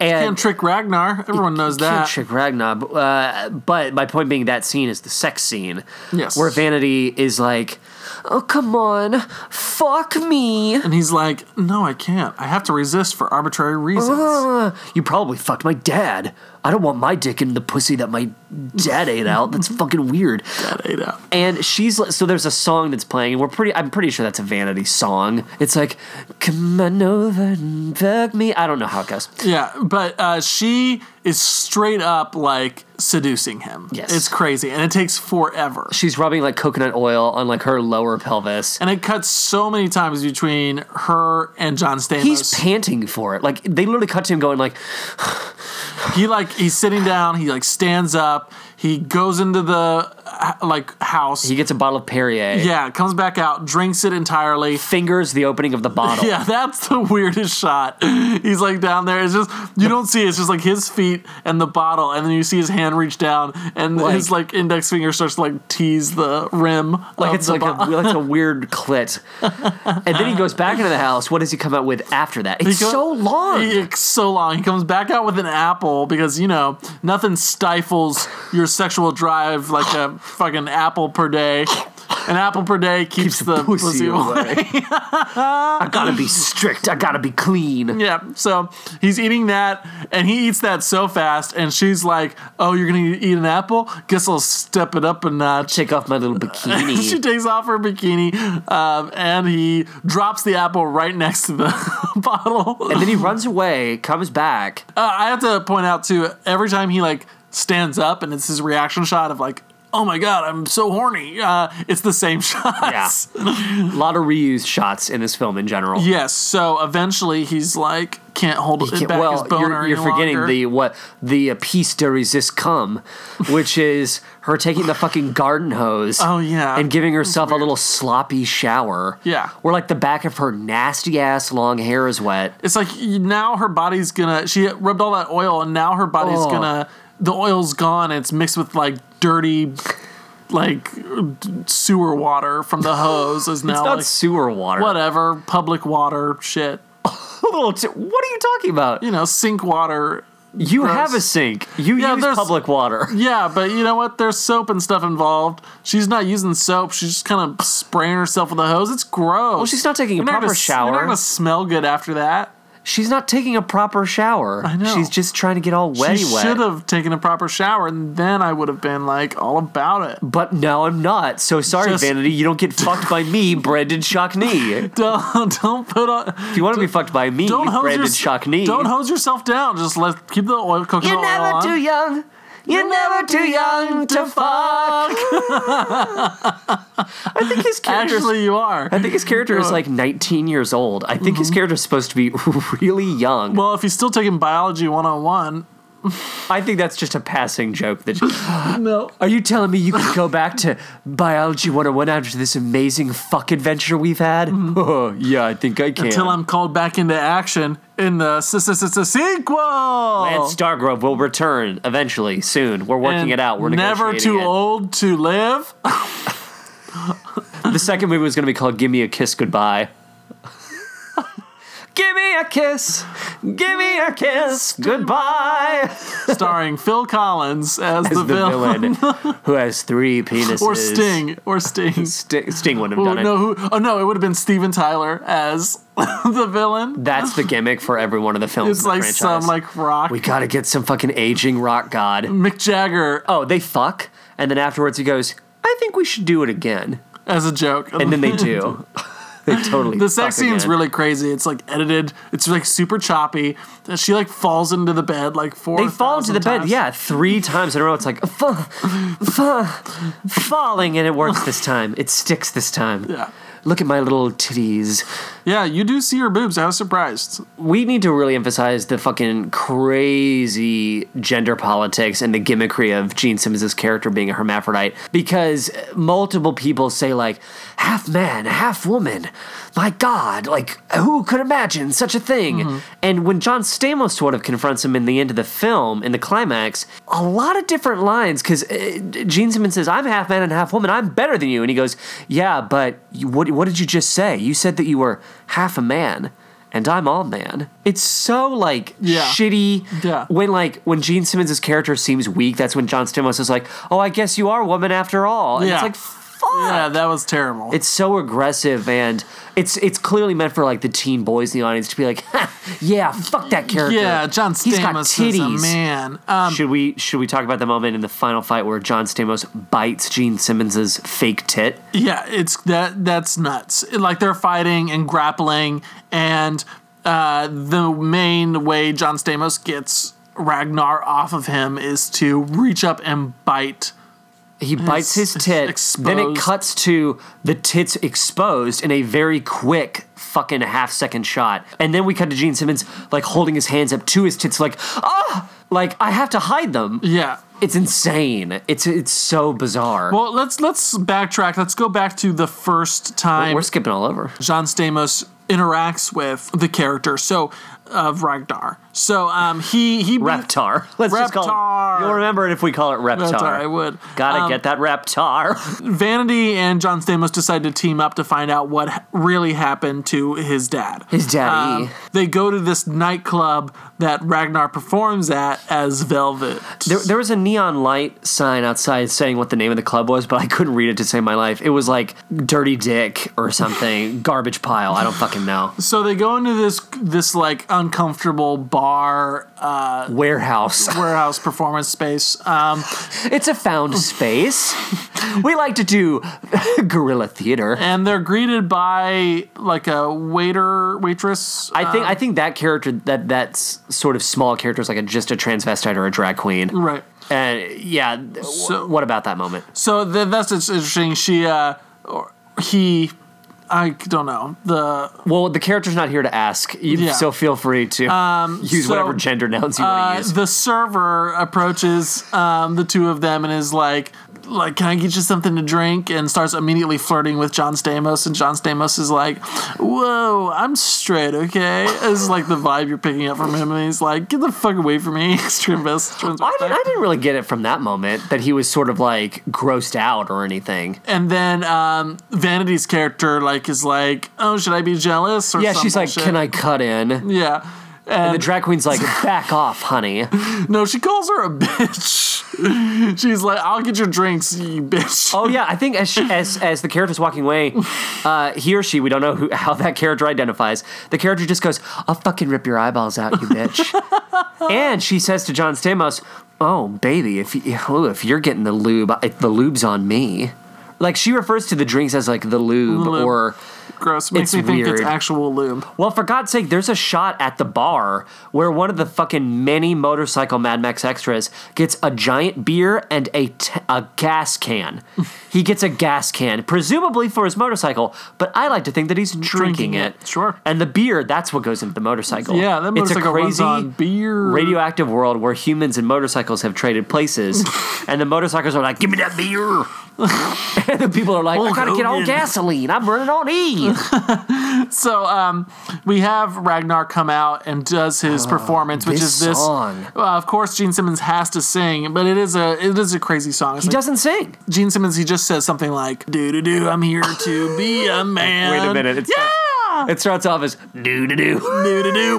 Speaker 2: And
Speaker 3: Can't trick Ragnar. Everyone knows
Speaker 2: can't
Speaker 3: that.
Speaker 2: trick Ragnar. but, Uh, but my point being, that scene is the sex scene.
Speaker 3: Yes.
Speaker 2: Where Vanity is like, oh, come on, fuck me.
Speaker 3: And he's like, no, I can't. I have to resist for arbitrary reasons.
Speaker 2: Uh, you probably fucked my dad. I don't want my dick in the pussy that my dad ate out. That's fucking weird.
Speaker 3: That ate up.
Speaker 2: And she's li- so there's a song that's playing, and we're pretty. I'm pretty sure that's a Vanity song. It's like, come on over and fuck me. I don't know how it goes.
Speaker 3: Yeah, but uh, she is straight up like seducing him.
Speaker 2: Yes.
Speaker 3: It's crazy. And it takes forever.
Speaker 2: She's rubbing like coconut oil on like her lower pelvis.
Speaker 3: And it cuts so many times between her and John Stamos.
Speaker 2: He's panting for it. Like they literally cut to him going like,
Speaker 3: he like he's sitting down, he like stands up, he goes into the uh, like house.
Speaker 2: He gets a bottle of Perrier.
Speaker 3: yeah, comes back out, drinks it entirely.
Speaker 2: Fingers the opening of the bottle.
Speaker 3: Yeah, that's the weirdest shot. He's like down there. It's just you don't see. it. It's just like his feet and the bottle, and then you see his hand reach down, and
Speaker 2: Like-
Speaker 3: his like index finger starts to like tease the rim.
Speaker 2: Like it's like a, like it's a weird clit. and then he goes back into the house. What does he come out with after that? It's
Speaker 3: go-
Speaker 2: so long.
Speaker 3: It's so long. He comes back out with an apple because you know nothing stifles your sexual drive like a fucking apple per day. An apple per day keeps, the, pussy, away.
Speaker 2: I gotta be strict. I gotta be clean.
Speaker 3: Yeah, so he's eating that, and he eats that so fast, and she's like, "Oh, you're gonna eat an apple? Guess I'll step it up a notch."
Speaker 2: Take off my little
Speaker 3: she
Speaker 2: bikini.
Speaker 3: takes off her bikini, um, and he drops the apple right next to the bottle.
Speaker 2: and then he runs away, comes back.
Speaker 3: Uh, I have to point out too. Every time he like stands up, and it's his reaction shot of like, "Oh my god, I'm so horny." Uh, it's the same shots.
Speaker 2: A lot of reused shots in this film in general.
Speaker 3: Yes. So eventually, he's like, can't hold it
Speaker 2: Yeah,
Speaker 3: back. his
Speaker 2: well,
Speaker 3: boner
Speaker 2: you're, you're
Speaker 3: any
Speaker 2: forgetting
Speaker 3: longer.
Speaker 2: the what the uh, piece de resist come, which is her taking the fucking garden hose.
Speaker 3: Oh, yeah.
Speaker 2: and giving herself a little sloppy shower.
Speaker 3: Yeah.
Speaker 2: where like the back of her nasty ass long hair is wet.
Speaker 3: It's like you- now her body's gonna. She rubbed all that oil, and now her body's
Speaker 2: Oh.
Speaker 3: gonna. The oil's gone. And it's mixed with like dirty, like sewer water from the hose is now
Speaker 2: It's not
Speaker 3: like,
Speaker 2: sewer water.
Speaker 3: whatever public water shit.
Speaker 2: Little t- what are you talking about?
Speaker 3: You know, sink water.
Speaker 2: You
Speaker 3: gross.
Speaker 2: have a sink. You
Speaker 3: Yeah,
Speaker 2: use
Speaker 3: there's-
Speaker 2: public water.
Speaker 3: Yeah, but you know what? There's soap and stuff involved. She's not using soap. She's just kind of spraying herself with a hose. It's gross. Well,
Speaker 2: she's not taking a proper
Speaker 3: You're not
Speaker 2: shower.
Speaker 3: gonna smell good after that.
Speaker 2: She's not taking a proper shower. I
Speaker 3: know.
Speaker 2: She's just trying to get all wetty
Speaker 3: she
Speaker 2: wet.
Speaker 3: should have taken a proper shower, and then I would have been like all about it.
Speaker 2: But no, I'm not. So sorry,
Speaker 3: Just-
Speaker 2: Vanity. You don't get fucked by me, Brendan Shockney.
Speaker 3: Don't don't put on.
Speaker 2: If you want to be fucked by me,
Speaker 3: Don't hose,
Speaker 2: Brandon
Speaker 3: your,
Speaker 2: Shockney.
Speaker 3: don't hose yourself down. Just let keep the oil cooking.
Speaker 2: You're never too young. You're never too young to fuck. I think his character.
Speaker 3: Actually, you are.
Speaker 2: I think his character is like 19 years old. I think his character is supposed to be really young.
Speaker 3: Mm-hmm. Well, if he's still taking biology 101,
Speaker 2: I think that's just a passing joke. That
Speaker 3: no.
Speaker 2: are you telling me you could go back to biology 101 after this amazing fuck adventure we've had? yeah, I think I can.
Speaker 3: Till Mm-hmm. I'm called back into action in the s- s- s- s- sequel.
Speaker 2: And Stargrove will return eventually, soon. We're working
Speaker 3: And
Speaker 2: it out. We're
Speaker 3: never
Speaker 2: negotiating
Speaker 3: too
Speaker 2: it.
Speaker 3: old to live.
Speaker 2: The second movie was going to be called "Give Me a Kiss Goodbye." Give me a kiss, give me a kiss goodbye.
Speaker 3: Starring Phil Collins as,
Speaker 2: As
Speaker 3: the, villain.
Speaker 2: who has three penises,
Speaker 3: Or Sting. Or Sting.
Speaker 2: Sti- Sting wouldn't have
Speaker 3: Oh,
Speaker 2: done it.
Speaker 3: no, who, oh no, it would have been Steven Tyler as the villain.
Speaker 2: That's the gimmick for every one of the films.
Speaker 3: It's
Speaker 2: in the
Speaker 3: like
Speaker 2: franchise.
Speaker 3: some like rock.
Speaker 2: we got to get some fucking aging rock god.
Speaker 3: Mick Jagger
Speaker 2: Oh, they fuck, and then afterwards he goes, "I think we should do it again,"
Speaker 3: as a joke.
Speaker 2: and then they do. they totally.
Speaker 3: The sex
Speaker 2: fuck
Speaker 3: scene's
Speaker 2: again.
Speaker 3: really crazy. It's like edited. It's like super choppy. And She like falls into the bed like four.
Speaker 2: They fall into the
Speaker 3: thousand
Speaker 2: bed,
Speaker 3: times.
Speaker 2: yeah, three times in a row. It's like "Fuh, fuh," falling, and it works this time. It sticks this time.
Speaker 3: Yeah.
Speaker 2: Look at my little titties.
Speaker 3: Yeah, you do see her boobs. I was surprised.
Speaker 2: We need to really emphasize the fucking crazy gender politics and the gimmickry of Gene Simmons' character being a hermaphrodite because multiple people say, like, half man, half woman. My God, like, who could imagine such a thing? And when John Stamos sort of confronts him in the end of the film, in the climax, a lot of different lines because uh, Gene Simmons says, I'm half man and half woman. I'm better than you. And he goes, Yeah, but you- what, what did you just say? You said that you were half a man and I'm all man. It's so like
Speaker 3: Yeah.
Speaker 2: shitty.
Speaker 3: Yeah.
Speaker 2: When like when Gene Simmons' character seems weak, that's when John Stamos is like, "Oh, I guess you are woman after all." And
Speaker 3: Yeah.
Speaker 2: it's like, "Fuck."
Speaker 3: Yeah, that was terrible.
Speaker 2: It's so aggressive and it's it's clearly meant for like the teen boys in the audience to be like, ha, "Yeah, fuck that character."
Speaker 3: yeah, John Stamos
Speaker 2: He's got
Speaker 3: is a
Speaker 2: titties.
Speaker 3: man. Um,
Speaker 2: Should we should we talk about the moment in the final fight where John Stamos bites Gene Simmons' fake tit?
Speaker 3: yeah, it's that that's nuts. Like they're fighting and grappling, and uh, the main way John Stamos gets Ragnar off of him is to reach up and bite.
Speaker 2: He bites his
Speaker 3: it's
Speaker 2: tit. Then it
Speaker 3: exposed.
Speaker 2: cuts to the tits exposed in a very quick fucking half second shot. And then we cut to Gene Simmons like holding his hands up to his tits like, "Ah!" Like I have to hide them.
Speaker 3: Yeah,
Speaker 2: It's insane. It's it's so bizarre.
Speaker 3: Well, let's let's backtrack. Let's go back to the first time
Speaker 2: We're skipping all over.
Speaker 3: John Stamos interacts with the character. So of Ragnar. So um he he
Speaker 2: Reptar. Let's just call
Speaker 3: Reptar.
Speaker 2: it. You'll remember it if we call it Reptar.
Speaker 3: That's all right, I would.
Speaker 2: Gotta
Speaker 3: Um,
Speaker 2: get that Reptar.
Speaker 3: Vanity and John Stamos decide to team up to find out what ha- really happened to his dad.
Speaker 2: His daddy.
Speaker 3: Um, they go to this nightclub that Ragnar performs at as Velvet.
Speaker 2: There, there was a neon light sign outside saying what the name of the club was, but I couldn't read it to save my life. It was like Dirty Dick or something, garbage pile. I don't fucking know.
Speaker 3: So they go into this this like uncomfortable bar
Speaker 2: Warehouse.
Speaker 3: warehouse performance space. Um
Speaker 2: It's a found space. We like to do guerrilla theater.
Speaker 3: and they're greeted by like a waiter waitress. Uh,
Speaker 2: I think I think that character that that's sort of small character is like a, just a transvestite or a drag queen.
Speaker 3: right.
Speaker 2: And yeah, th-
Speaker 3: Mm. So-
Speaker 2: what about that moment?
Speaker 3: So th- that's just interesting. She uh, or he, I don't know the
Speaker 2: Well, the character's not here to ask. You,
Speaker 3: Yeah. Um,
Speaker 2: So feel free to use
Speaker 3: so,
Speaker 2: whatever gender nouns you want to
Speaker 3: uh,
Speaker 2: use.
Speaker 3: the server approaches um, the two of them and is like. like, can I get you something to drink? And starts immediately flirting with John Stamos, and John Stamos is like, whoa, I'm straight, okay? This is like the vibe you're picking up from him, and he's like, get the fuck away from me, extreme best.
Speaker 2: I didn't, I didn't really get it from that moment that he was sort of like grossed out or anything.
Speaker 3: And then um, Vanity's character like is like, oh, should I be jealous? Or
Speaker 2: Yeah,
Speaker 3: some
Speaker 2: she's like,
Speaker 3: bullshit.
Speaker 2: "Can I cut in?"
Speaker 3: Yeah.
Speaker 2: And the drag queen's like, "Back off, honey."
Speaker 3: No, she calls her a bitch. She's like, I'll get your drinks, you bitch.
Speaker 2: Oh yeah, I think as she, as as the character's walking away, uh, he or she, we don't know who, how that character identifies. The character just goes, "I'll fucking rip your eyeballs out, you bitch." and she says to John Stamos, "Oh baby, if you, oh, if you're getting the lube, I, the lube's on me." Like she refers to the drinks as like the lube,
Speaker 3: Lube.
Speaker 2: or
Speaker 3: Gross.
Speaker 2: it's
Speaker 3: Makes me think
Speaker 2: weird.
Speaker 3: it's actual lube.
Speaker 2: well, for God's sake, there's a shot at the bar where one of the fucking many motorcycle Mad Max extras gets a giant beer and a t- a gas can. he gets a gas can, presumably for his motorcycle, but I like to think that he's drinking,
Speaker 3: Drinking
Speaker 2: it.
Speaker 3: it, sure.
Speaker 2: And the beer, that's what goes into the motorcycle.
Speaker 3: Yeah, that
Speaker 2: it's a
Speaker 3: motorcycle
Speaker 2: crazy
Speaker 3: runs on beer.
Speaker 2: radioactive world where humans and motorcycles have traded places, and the motorcycles are like, "Give me that beer," and the people are like, "I gotta get on
Speaker 3: Hogan.
Speaker 2: gasoline. I'm running on E."
Speaker 3: So um, we have Ragnar come out and does his performance, which
Speaker 2: Oh, this
Speaker 3: is this.
Speaker 2: song.
Speaker 3: Uh, of course, Gene Simmons has to sing, but it is a it is a crazy song. It's
Speaker 2: he
Speaker 3: like-
Speaker 2: doesn't sing.
Speaker 3: Gene Simmons, he just says something like, "Do do do, I'm here to be a man."
Speaker 2: Wait a minute, it's-
Speaker 3: yeah.
Speaker 2: It starts off as doo doo doo.
Speaker 3: Do do do,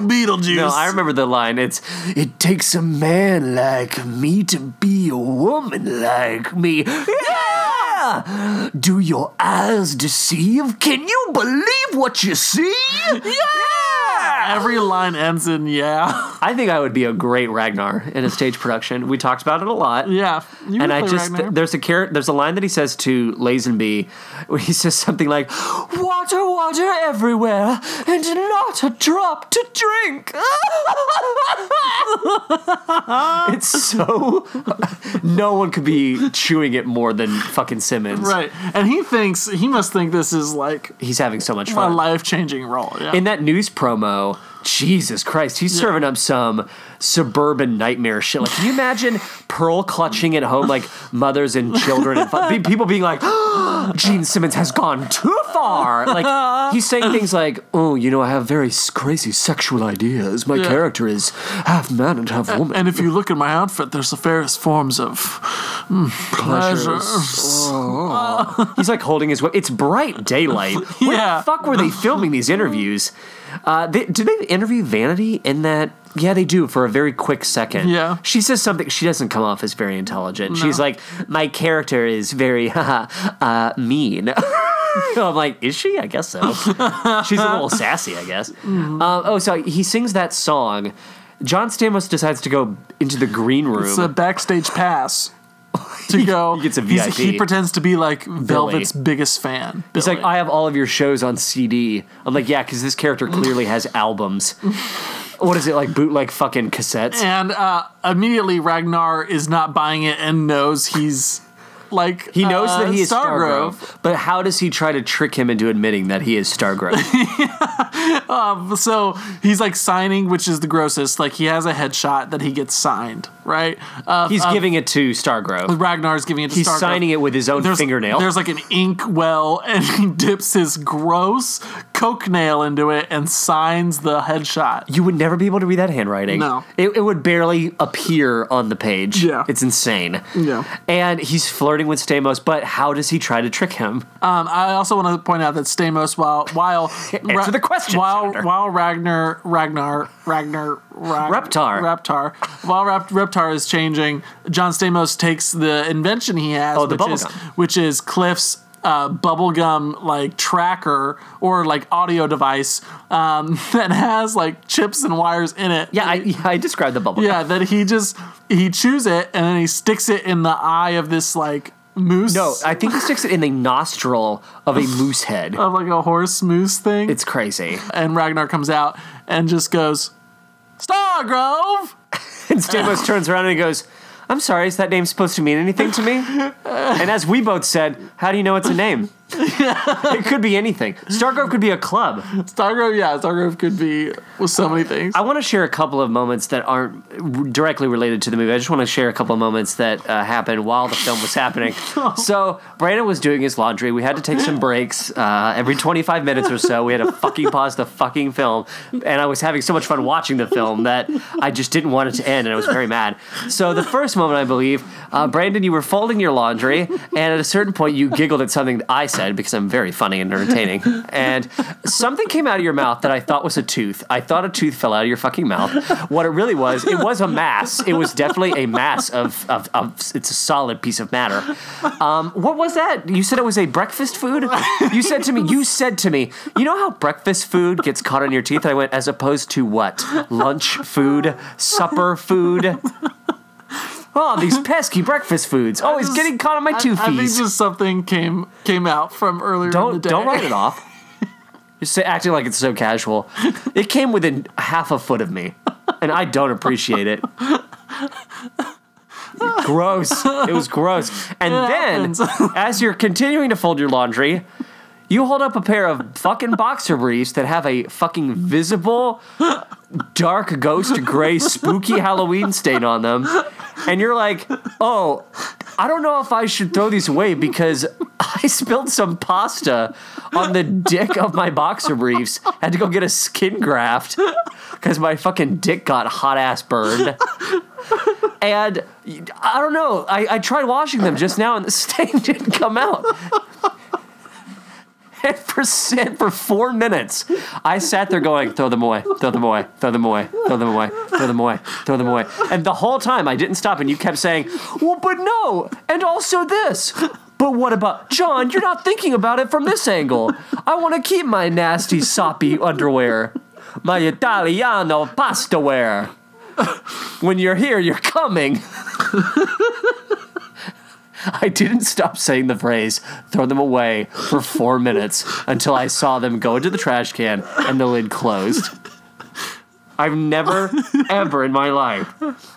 Speaker 3: Beetlejuice.
Speaker 2: No, I remember the line. It's it takes a man like me to be a woman like me. Yeah! Do your eyes deceive? Can you believe what you see? Yeah!
Speaker 3: Every line ends in yeah,
Speaker 2: I think I would be a great Ragnar in a stage production. We talked about it a lot.
Speaker 3: yeah.
Speaker 2: and
Speaker 3: You would
Speaker 2: I
Speaker 3: play
Speaker 2: just
Speaker 3: Ragnar.
Speaker 2: there's a char- there's a line that he says to Lazenby where he says something like water water everywhere and not a drop to drink. it's so no one could be chewing it more than fucking Simmons.
Speaker 3: Right. And he thinks he must think this is like
Speaker 2: He's having so much
Speaker 3: a
Speaker 2: fun.
Speaker 3: life changing role. Yeah.
Speaker 2: in that news promo, Jesus Christ, he's serving up some suburban nightmare shit. Like, can you imagine Pearl clutching at home, like mothers and children, and fu- be- people being like, Gene Simmons has gone too far. Like, he's saying things like, oh, you know, I have very s- crazy sexual ideas. My
Speaker 3: Yeah.
Speaker 2: character is half man and half woman.
Speaker 3: and if you look at my outfit, there's the various forms of mm, pleasure.
Speaker 2: He's like holding his. wa- It's bright daylight. Where
Speaker 3: Yeah.
Speaker 2: the fuck were they filming these interviews? Uh, they, do they interview Vanity in that? Yeah, they do for a very quick second.
Speaker 3: Yeah.
Speaker 2: She says something. She doesn't come off as very intelligent. She's like, my character is very uh, mean. I'm like, is she? I guess so. She's a little sassy, I guess.
Speaker 3: Mm-hmm.
Speaker 2: Uh, oh, so he sings that song. John Stamos decides to go into the green room.
Speaker 3: It's a backstage pass to go.
Speaker 2: He gets a
Speaker 3: he's-
Speaker 2: VIP.
Speaker 3: He pretends to be like Velvet's biggest fan.
Speaker 2: He's like, I have all of your shows on CD. I'm like, yeah, because this character clearly has albums. What is it like, bootleg fucking cassettes?
Speaker 3: and uh, immediately Ragnar is not buying it and knows he's like
Speaker 2: He knows
Speaker 3: uh,
Speaker 2: that he is
Speaker 3: Stargrove.
Speaker 2: Stargrove, but how does he try to trick him into admitting that he is Stargrove?
Speaker 3: So he's like signing, which is the grossest. Like he has a headshot that he gets signed, right? Uh,
Speaker 2: He's giving it to Stargrove.
Speaker 3: Ragnar's giving it to
Speaker 2: He's
Speaker 3: Stargrove.
Speaker 2: signing it with his own
Speaker 3: there's,
Speaker 2: fingernail.
Speaker 3: There's like an ink well, and he dips his gross coke nail into it and signs the headshot.
Speaker 2: you would never be able to read that handwriting.
Speaker 3: No.
Speaker 2: It, it would barely appear on the page.
Speaker 3: Yeah.
Speaker 2: It's insane.
Speaker 3: Yeah.
Speaker 2: And he's flirting with Stamos, but how does he try to trick him?
Speaker 3: Um, I also want to point out that Stamos, while while
Speaker 2: Answer the question,
Speaker 3: while
Speaker 2: Senator.
Speaker 3: while Ragnar Ragnar Ragnar Rag,
Speaker 2: Reptar.
Speaker 3: Reptar, while Rep, Reptar is changing, John Stamos takes the invention he has,
Speaker 2: Oh, the
Speaker 3: which, is,
Speaker 2: bubblegum.
Speaker 3: which is Cliff's. Uh, bubblegum like tracker or like audio device um, that has like chips and wires in it
Speaker 2: Yeah, I, yeah, I described the bubble.
Speaker 3: yeah, that he just he chews it and then he sticks it in the eye of this like moose.
Speaker 2: No, I think he sticks it in the nostril of a moose head.
Speaker 3: of like a horse moose thing.
Speaker 2: It's crazy.
Speaker 3: and Ragnar comes out and just goes, Stargrove!
Speaker 2: And Stamos turns around and he goes, I'm sorry, is that name supposed to mean anything to me? And as we both said, how do you know it's a name? it could be anything. Stargrove could be a club.
Speaker 3: Stargrove, yeah, Stargrove could be with so many things.
Speaker 2: I want to share a couple of moments that aren't r- directly related to the movie. I just want to share a couple of moments that uh, happened while the film was happening. So Brandon was doing his laundry. We had to take some breaks uh, every 25 minutes or so. We had to fucking pause the fucking film, and I was having so much fun watching the film that I just didn't want it to end, and I was very mad. So the first moment, I believe, uh, Brandon, you were folding your laundry, and at a certain point, you giggled at something that I said because I'm very funny and entertaining, and something came out of your mouth that I thought was a tooth. I thought a tooth fell out of your fucking mouth. What it really was, it was a mass. It was definitely a mass of, of, of it's a solid piece of matter. Um, what was that? You said it was a breakfast food? You said to me, you said to me, you know how breakfast food gets caught on your teeth? I went, as opposed to what? Lunch food? Supper food? Oh, these pesky breakfast foods. Always
Speaker 3: just-
Speaker 2: getting caught on my
Speaker 3: I,
Speaker 2: tooth.
Speaker 3: I think
Speaker 2: fees.
Speaker 3: just something came came out from earlier in the
Speaker 2: Don't
Speaker 3: day.
Speaker 2: don't write it off. You're say, acting like it's so casual. It came within half a foot of me, and I don't appreciate it. Gross. It was gross. And then,
Speaker 3: happens.
Speaker 2: as you're continuing to fold your laundry, you hold up a pair of fucking boxer briefs that have a fucking visible dark ghost gray spooky Halloween stain on them. And you're like, oh, I don't know if I should throw these away because I spilled some pasta on the dick of my boxer briefs. Had to go get a skin graft because my fucking dick got hot ass burned. And I don't know. I, I tried washing them just now and the stain didn't come out. And for, and for four minutes, I sat there going, throw them away, throw them away, throw them away, throw them away, throw them away, throw them away. And the whole time I didn't stop, and you kept saying, well, but no, and also this. But what about John? You're not thinking about it from this angle. I want to keep my nasty, soppy underwear, my Italiano pasta wear. When you're here, you're coming. I didn't stop saying the phrase, throw them away, for four minutes until I saw them go into the trash can and the lid closed. I've never, ever in my life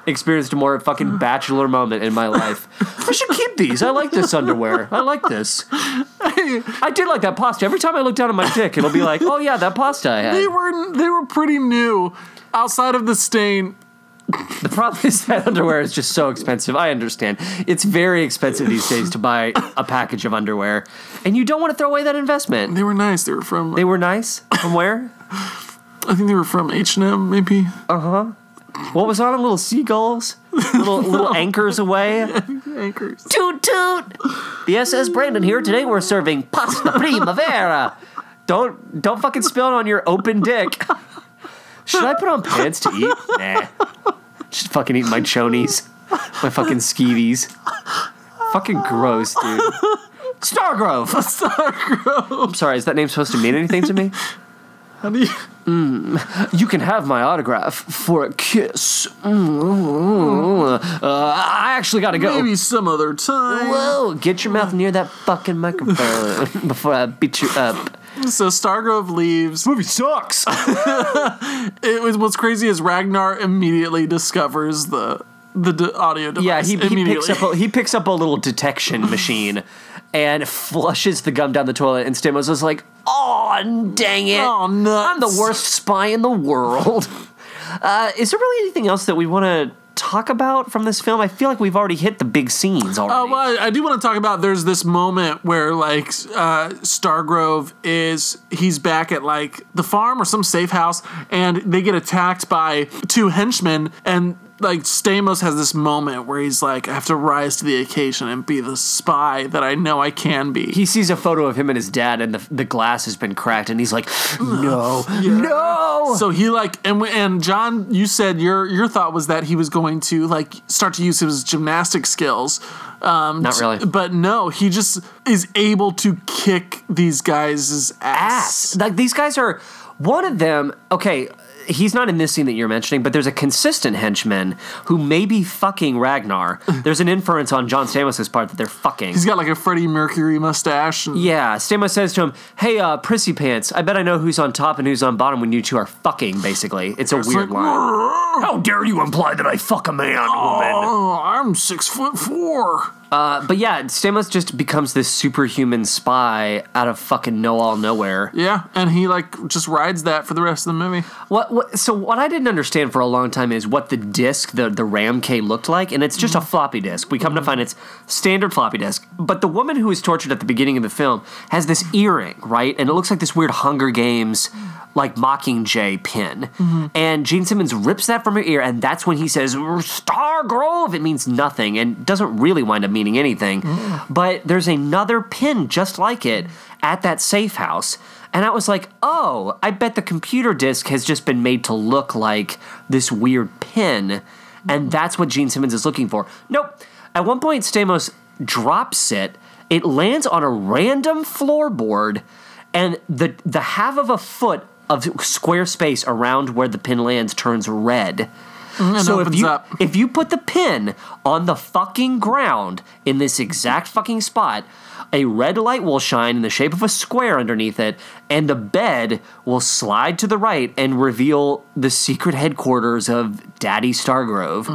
Speaker 2: experienced a more fucking bachelor moment in my life. I should keep these. I like this underwear. I like this. I did like that pasta. Every time I look down at my dick, it'll be like, oh yeah, that pasta I
Speaker 3: They
Speaker 2: had.
Speaker 3: were they were pretty new outside of the stain.
Speaker 2: The problem is that underwear is just so expensive. I understand. It's very expensive these days to buy a package of underwear, and you don't want to throw away that investment.
Speaker 3: They were nice. They were from
Speaker 2: They were nice. From where?
Speaker 3: I think they were from H&M maybe.
Speaker 2: What was on them? Little seagulls? Little little anchors away?
Speaker 3: Anchors.
Speaker 2: Toot toot! The SS Brandon here. Today we're serving pasta primavera. Don't don't fucking spill it on your open dick. Should I put on pants to eat? Nah. Just fucking eat my chonies. My fucking skeevies. Fucking gross, dude. Stargrove! Stargrove! I'm sorry, is that name supposed to mean anything to me?
Speaker 3: How do you
Speaker 2: You can have my autograph for a kiss. Mm. Uh, I actually gotta go.
Speaker 3: maybe some other time.
Speaker 2: Whoa, get your mouth near that fucking microphone before I beat you up.
Speaker 3: So Stargrove leaves.
Speaker 2: Movie sucks.
Speaker 3: It was what's crazy is Ragnar immediately discovers the the d- audio device.
Speaker 2: Yeah, he, he
Speaker 3: immediately.
Speaker 2: picks up a, he picks up a little detection machine and flushes the gum down the toilet and Stamos is like, "Oh, dang it.
Speaker 3: Oh, nuts.
Speaker 2: I'm the worst spy in the world." Uh, is there really anything else that we want to talk about from this film? I feel like we've already hit the big scenes already.
Speaker 3: Uh, well, I, I do want to talk about. There's this moment where like uh, Stargrove is he's back at like the farm or some safe house, and they get attacked by two henchmen and. Like Stamos has this moment where he's like, I have to rise to the occasion and be the spy that I know I can be.
Speaker 2: he sees a photo of him and his dad, and the, the glass has been cracked, and he's like, "No, no!"
Speaker 3: So he like and w- and John, you said your your thought was that he was going to like start to use his gymnastic skills. Um,
Speaker 2: Not
Speaker 3: t-
Speaker 2: really.
Speaker 3: but no, he just is able to kick these guys'
Speaker 2: ass.
Speaker 3: ass.
Speaker 2: Like these guys are one of them. Okay, he's not in this scene that you're mentioning, but there's a consistent henchman who may be fucking Ragnar. there's an inference on John Stamos's part that they're fucking.
Speaker 3: He's got like a Freddie Mercury mustache. And
Speaker 2: yeah, Stamos says to him, "Hey, uh, prissy pants. I bet I know who's on top and who's on bottom when you two are fucking." Basically, it's a
Speaker 3: it's
Speaker 2: weird
Speaker 3: like,
Speaker 2: line.
Speaker 3: "Rrrr,
Speaker 2: How dare you imply that I fuck a man, woman?
Speaker 3: Oh, I'm six foot four.
Speaker 2: Uh, but yeah, Stamos just becomes this superhuman spy out of fucking know all nowhere.
Speaker 3: Yeah, and he like just rides that for the rest of the movie.
Speaker 2: What, what? So what I didn't understand for a long time is what the disc, the the Ram K, looked like, and it's just a floppy disk. We come to find it's standard floppy disk. But the woman who is tortured at the beginning of the film has this earring, right? And it looks like this weird Hunger Games, like Mockingjay pin. And Gene Simmons rips that from her ear, and that's when he says Star Grove. It means nothing, and doesn't really wind up meaning anything. But there's another pin just like it at that safe house. And I was like, oh, I bet the computer disk has just been made to look like this weird pin. And that's what Gene Simmons is looking for. Nope. At one point, Stamos drops it, it lands on a random floorboard, and the, the half of a foot of square space around where the pin lands turns red. so if
Speaker 3: Mm, opens
Speaker 2: you,
Speaker 3: up.
Speaker 2: if you put the pin on the fucking ground in this exact fucking spot, a red light will shine in the shape of a square underneath it, and the bed will slide to the right and reveal the secret headquarters of Daddy Stargrove.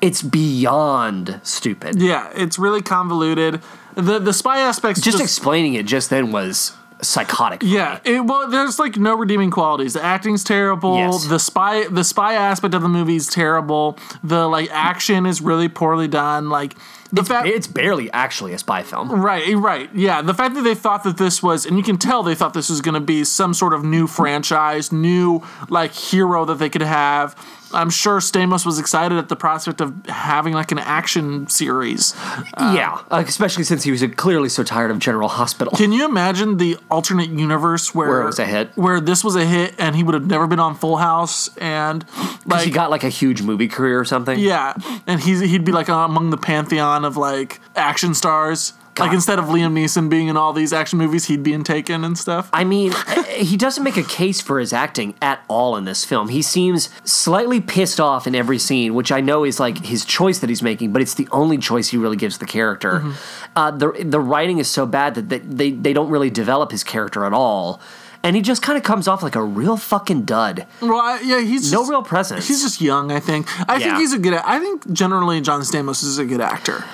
Speaker 2: It's beyond stupid.
Speaker 3: Yeah, it's really convoluted. The the spy aspects
Speaker 2: Just,
Speaker 3: just,
Speaker 2: explaining it just then was psychotic.
Speaker 3: yeah, it, well, there's like no redeeming qualities. The acting's terrible.
Speaker 2: Yes.
Speaker 3: The spy the spy aspect of the movie is terrible. The like action is really poorly done. Like the fact
Speaker 2: It's barely actually a spy film.
Speaker 3: Right, eh, right. Yeah, the fact that they thought that this was, and you can tell they thought this was going to be some sort of new franchise, new, like, hero that they could have. I'm sure Stamos was excited at the prospect of having, like, an action series.
Speaker 2: yeah, Uh, especially since he was uh, clearly so tired of General Hospital.
Speaker 3: Can you imagine the alternate universe where,
Speaker 2: Where it was a hit?
Speaker 3: Where this was a hit and he would have never been on Full House and,
Speaker 2: Because
Speaker 3: like,
Speaker 2: he got like a huge movie career or something.
Speaker 3: yeah, and he's, he'd be, like, among the pantheon of, like, action stars. Like,
Speaker 2: God.
Speaker 3: instead of Liam Neeson being in all these action movies, he'd be in Taken and stuff.
Speaker 2: I mean, eh, he doesn't make a case for his acting at all in this film. He seems slightly pissed off in every scene, which I know is like his choice that he's making, but it's the only choice he really gives the character.
Speaker 3: Mm-hmm.
Speaker 2: Uh, the the writing is so bad that they, they they don't really develop his character at all, and he just kind of comes off like a real fucking dud.
Speaker 3: Well, I, yeah, he's
Speaker 2: No
Speaker 3: just-
Speaker 2: real presence.
Speaker 3: He's just young, I think. I think
Speaker 2: Yeah.
Speaker 3: he's a good. I think generally John Stamos is a good actor.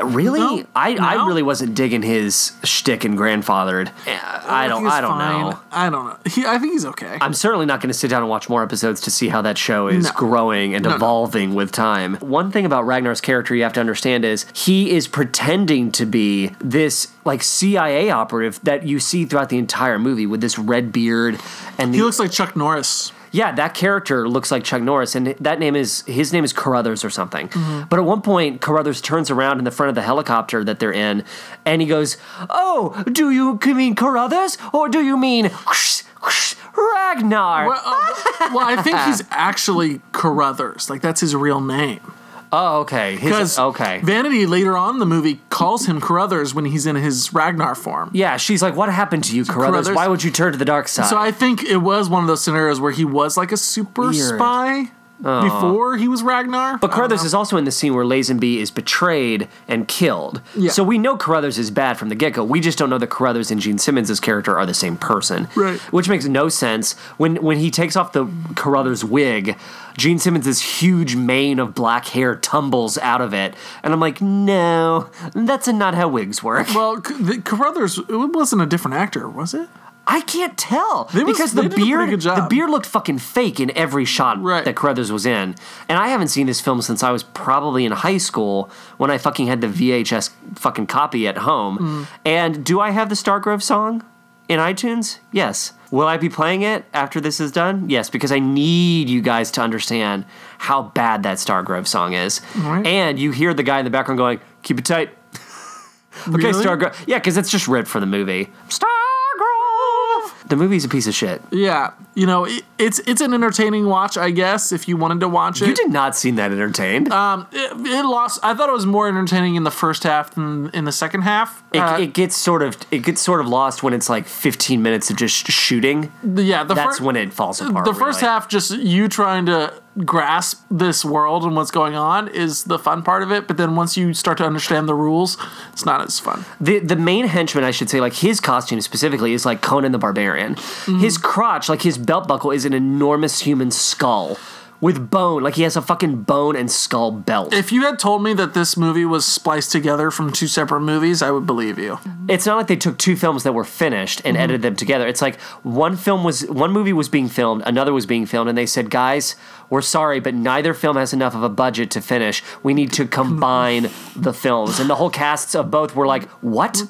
Speaker 2: Uh, really,
Speaker 3: No,
Speaker 2: I
Speaker 3: no.
Speaker 2: I really wasn't digging his shtick and grandfathered. I,
Speaker 3: think
Speaker 2: don't
Speaker 3: he's
Speaker 2: I don't
Speaker 3: fine.
Speaker 2: know.
Speaker 3: I don't know. He, I think he's okay.
Speaker 2: I'm certainly not going to sit down and watch more episodes to see how that show is
Speaker 3: No.
Speaker 2: growing and
Speaker 3: no.
Speaker 2: evolving with time. One thing about Ragnar's character you have to understand is he is pretending to be this like CIA operative that you see throughout the entire movie with this red beard and
Speaker 3: he
Speaker 2: the,
Speaker 3: looks like Chuck Norris.
Speaker 2: yeah, that character looks like Chuck Norris, and that name is his name is Carruthers or something.
Speaker 3: Mm-hmm.
Speaker 2: But at one point, Carruthers turns around in the front of the helicopter that they're in, and he goes, "Oh, do you mean Carruthers, or do you mean Ragnar?"
Speaker 3: Well, uh, well, I think he's actually Carruthers. Like that's his real name.
Speaker 2: Oh, okay. His-
Speaker 3: Because
Speaker 2: okay.
Speaker 3: Vanity later on in the movie calls him Carruthers when he's in his Ragnar form.
Speaker 2: yeah, she's like, "What happened to you, Carruthers?
Speaker 3: Carruthers-
Speaker 2: Why would you turn to the dark side?"
Speaker 3: So I think it was one of those scenarios where he was like a super
Speaker 2: Weird. Oh.
Speaker 3: spy before he was Ragnar.
Speaker 2: but Carruthers is also in the scene where Lazenby is betrayed and killed.
Speaker 3: Yeah.
Speaker 2: So we know Carruthers is bad from the get go. We just don't know that Carruthers and Gene Simmons' character are the same person.
Speaker 3: Right.
Speaker 2: Which makes no sense. When when he takes off the Carruthers wig, Gene Simmons' huge mane of black hair tumbles out of it. And I'm like, no, that's not how wigs work.
Speaker 3: Uh, Well, C- the Carruthers it wasn't a different actor, was it?
Speaker 2: I can't tell
Speaker 3: They was-
Speaker 2: because
Speaker 3: they
Speaker 2: the
Speaker 3: did a pretty
Speaker 2: beard
Speaker 3: good job.
Speaker 2: the beard looked fucking fake in every shot
Speaker 3: Right.
Speaker 2: that Carruthers was in. And I haven't seen this film since I was probably in high school when I fucking had the VHS fucking copy at home.
Speaker 3: Mm.
Speaker 2: And do I have the Stargrove song in iTunes? Yes. Will I be playing it after this is done? Yes, because I need you guys to understand how bad that Stargrove song is.
Speaker 3: right.
Speaker 2: And you hear the guy in the background going, "Keep it tight." Okay,
Speaker 3: Really?
Speaker 2: Stargrove. Yeah, because it's just ripped from the movie. Stargrove. The movie's a piece of shit.
Speaker 3: Yeah, you know, it, it's it's an entertaining watch, I guess, if you wanted to watch it.
Speaker 2: You did not seem that entertained.
Speaker 3: Um, it, it lost. I thought it was more entertaining in the first half than in the second half.
Speaker 2: it,
Speaker 3: Uh,
Speaker 2: it gets sort of it gets sort of lost when it's like 15 minutes of just sh- shooting.
Speaker 3: yeah, the
Speaker 2: That's
Speaker 3: fir-
Speaker 2: when it falls apart.
Speaker 3: the first
Speaker 2: really.
Speaker 3: half, just you trying to grasp this world and what's going on, is the fun part of it. But then once you start to understand the rules, it's not as fun.
Speaker 2: the the main henchman, I should say, like his costume specifically is
Speaker 3: Mm-hmm.
Speaker 2: like Conan the Barbarian. His crotch, like his belt buckle, is an enormous human skull with bone. Like he has a fucking bone and skull belt.
Speaker 3: If you had told me that this movie was spliced together from two separate movies, I would believe you.
Speaker 2: it's not like they took two films that were finished and edited them together. It's like one film was one movie was being filmed, another was being filmed, and they said, "Guys, we're sorry, but neither film has enough of a budget to finish. We need to combine the films." And the whole casts of both were like, "What?"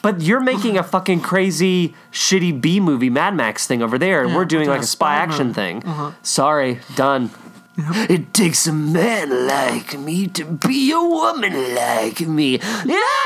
Speaker 2: But you're making a fucking crazy, shitty B movie Mad Max thing over there, and we're doing
Speaker 3: doing
Speaker 2: like
Speaker 3: a
Speaker 2: a spy
Speaker 3: spy
Speaker 2: action thing. Sorry, done. It takes a man like me to be a woman like me.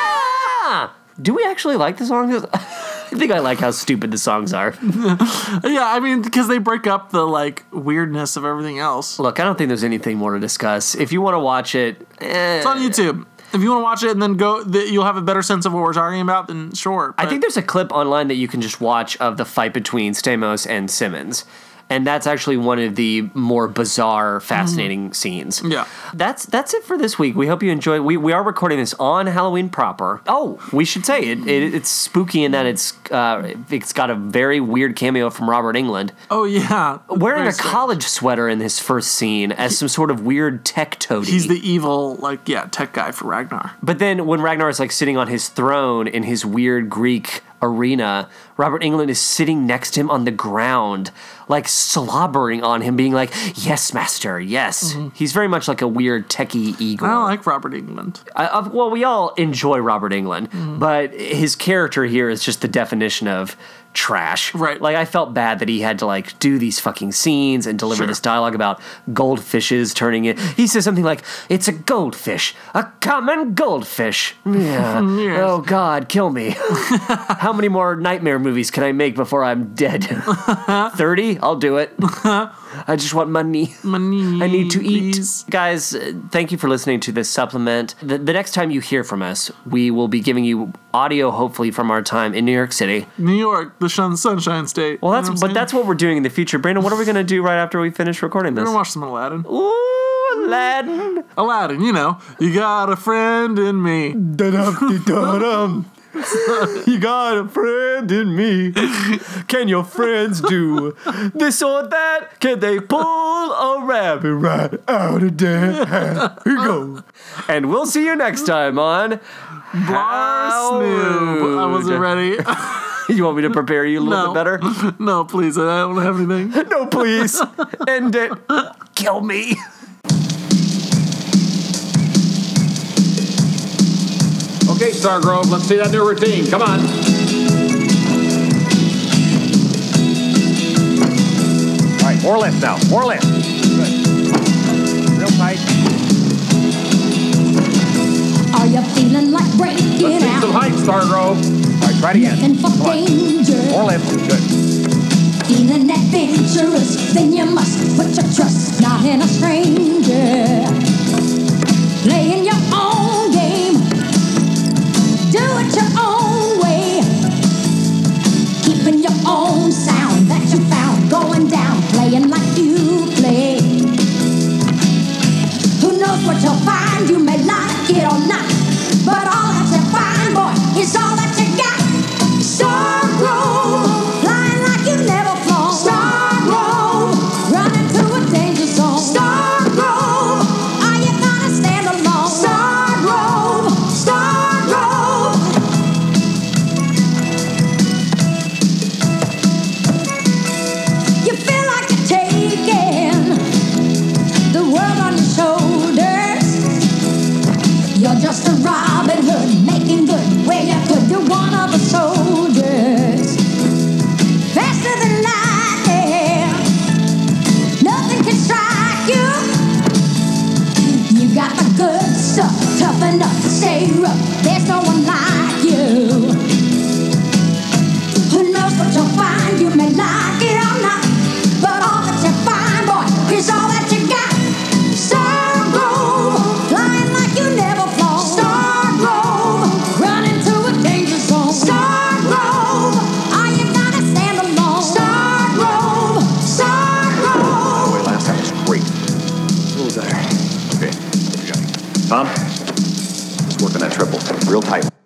Speaker 2: Yeah! Do we actually like the songs? I think I like how stupid the songs are.
Speaker 3: Yeah, I mean, because they break up the like weirdness of everything else.
Speaker 2: Look, I don't think there's anything more to discuss. If you want to watch it, eh.
Speaker 3: It's on YouTube. If you want to watch it and then go, th- you'll have a better sense of what we're talking about. Then sure.
Speaker 2: I
Speaker 3: but-
Speaker 2: think there's a clip online that you can just watch of the fight between Stamos and Simmons. And that's actually one of the more bizarre, fascinating scenes.
Speaker 3: Yeah.
Speaker 2: That's that's it for this week. We hope you enjoy. We, we are recording this on Halloween proper. Oh, we should say it, it it's spooky in that it's uh, it's got a very weird cameo from Robert England
Speaker 3: Oh yeah,
Speaker 2: wearing
Speaker 3: Very
Speaker 2: a
Speaker 3: strange.
Speaker 2: college sweater in his first scene as some sort of weird tech toady.
Speaker 3: He's the evil, like yeah, tech guy for Ragnar.
Speaker 2: But then when Ragnar is like sitting on his throne in his weird Greek arena, Robert England is sitting next to him on the ground, like slobbering on him, being like, "Yes, master, yes."
Speaker 3: Mm-hmm.
Speaker 2: He's very much like a weird techie eagle.
Speaker 3: I don't like Robert England.
Speaker 2: I- of- well, we all enjoy Robert England,
Speaker 3: Mm.
Speaker 2: but his character here is just the definition of trash.
Speaker 3: Right.
Speaker 2: Like I felt bad that he had to like do these fucking scenes and deliver
Speaker 3: Sure.
Speaker 2: this dialogue about goldfishes turning in. He says something like, "It's a goldfish, a common goldfish." Yeah.
Speaker 3: Yes.
Speaker 2: Oh God, kill me. How many more nightmare movies can I make before I'm dead? Thirty? I'll do it. I just want money.
Speaker 3: Money,
Speaker 2: I need to eat.
Speaker 3: Mm, please.
Speaker 2: Guys, uh, thank you for listening to this supplement. The, the next time you hear from us, we will be giving you audio, hopefully, from our time in New York City.
Speaker 3: New York, the sun, sunshine state.
Speaker 2: Well, that's
Speaker 3: you know
Speaker 2: but
Speaker 3: what I'm saying?
Speaker 2: that's what we're doing in the future. Brandon, what are we going to do right after we finish recording
Speaker 3: We're
Speaker 2: this?
Speaker 3: gonna watch some Aladdin.
Speaker 2: Ooh, Aladdin.
Speaker 3: Aladdin, you know, you got a friend in me.
Speaker 2: You got a friend in me. Can your friends do this or that? Can they pull a rabbit right out of dead hat? Here you go. And we'll see you next time on
Speaker 3: Bar Snoop. I wasn't ready.
Speaker 2: You want me to prepare you a little
Speaker 3: No.
Speaker 2: bit better?
Speaker 3: no, please, I don't have anything.
Speaker 2: No, please. End it. Kill me.
Speaker 4: Okay, Stargrove, let's see that new routine. Come on. All right, more lift now. More lift. Good. Real tight.
Speaker 5: Are you feeling like breaking
Speaker 4: Let's see some
Speaker 5: out?
Speaker 4: height, Stargrove. All right, try it again.
Speaker 5: And for danger,
Speaker 4: More lift. Good.
Speaker 5: feeling adventurous, then you must put your trust not in a stranger. Playing your own game, do it your own way, keeping your own sound that you found going down, playing like you play. Who knows what you'll find? You may like it or not, but all that you find, boy, is all that you got. Star Grove, flying like you never flown. Star Grove, running through a danger zone. Star Grove, are you gonna stand alone? Star Grove, Star Grove. You feel like you're taking the world on your shoulders. You're just a Robin Hood, making good where you could. You're one of the soldiers. Faster than lightning, nothing can strike you. You got the good stuff, tough enough to stay rough. There's no one like you. Who knows what you'll find? You may like it or not, but all that you find, boy, is all that you got. Star Grove, flying like you never flown. Star Grove, running through a danger zone. Star Grove, are you gonna stand alone? Star Grove, Star Grove.
Speaker 4: Boy, last time was great. A little better. Okay. Here we go. Tom, let's work on that triple. Real tight.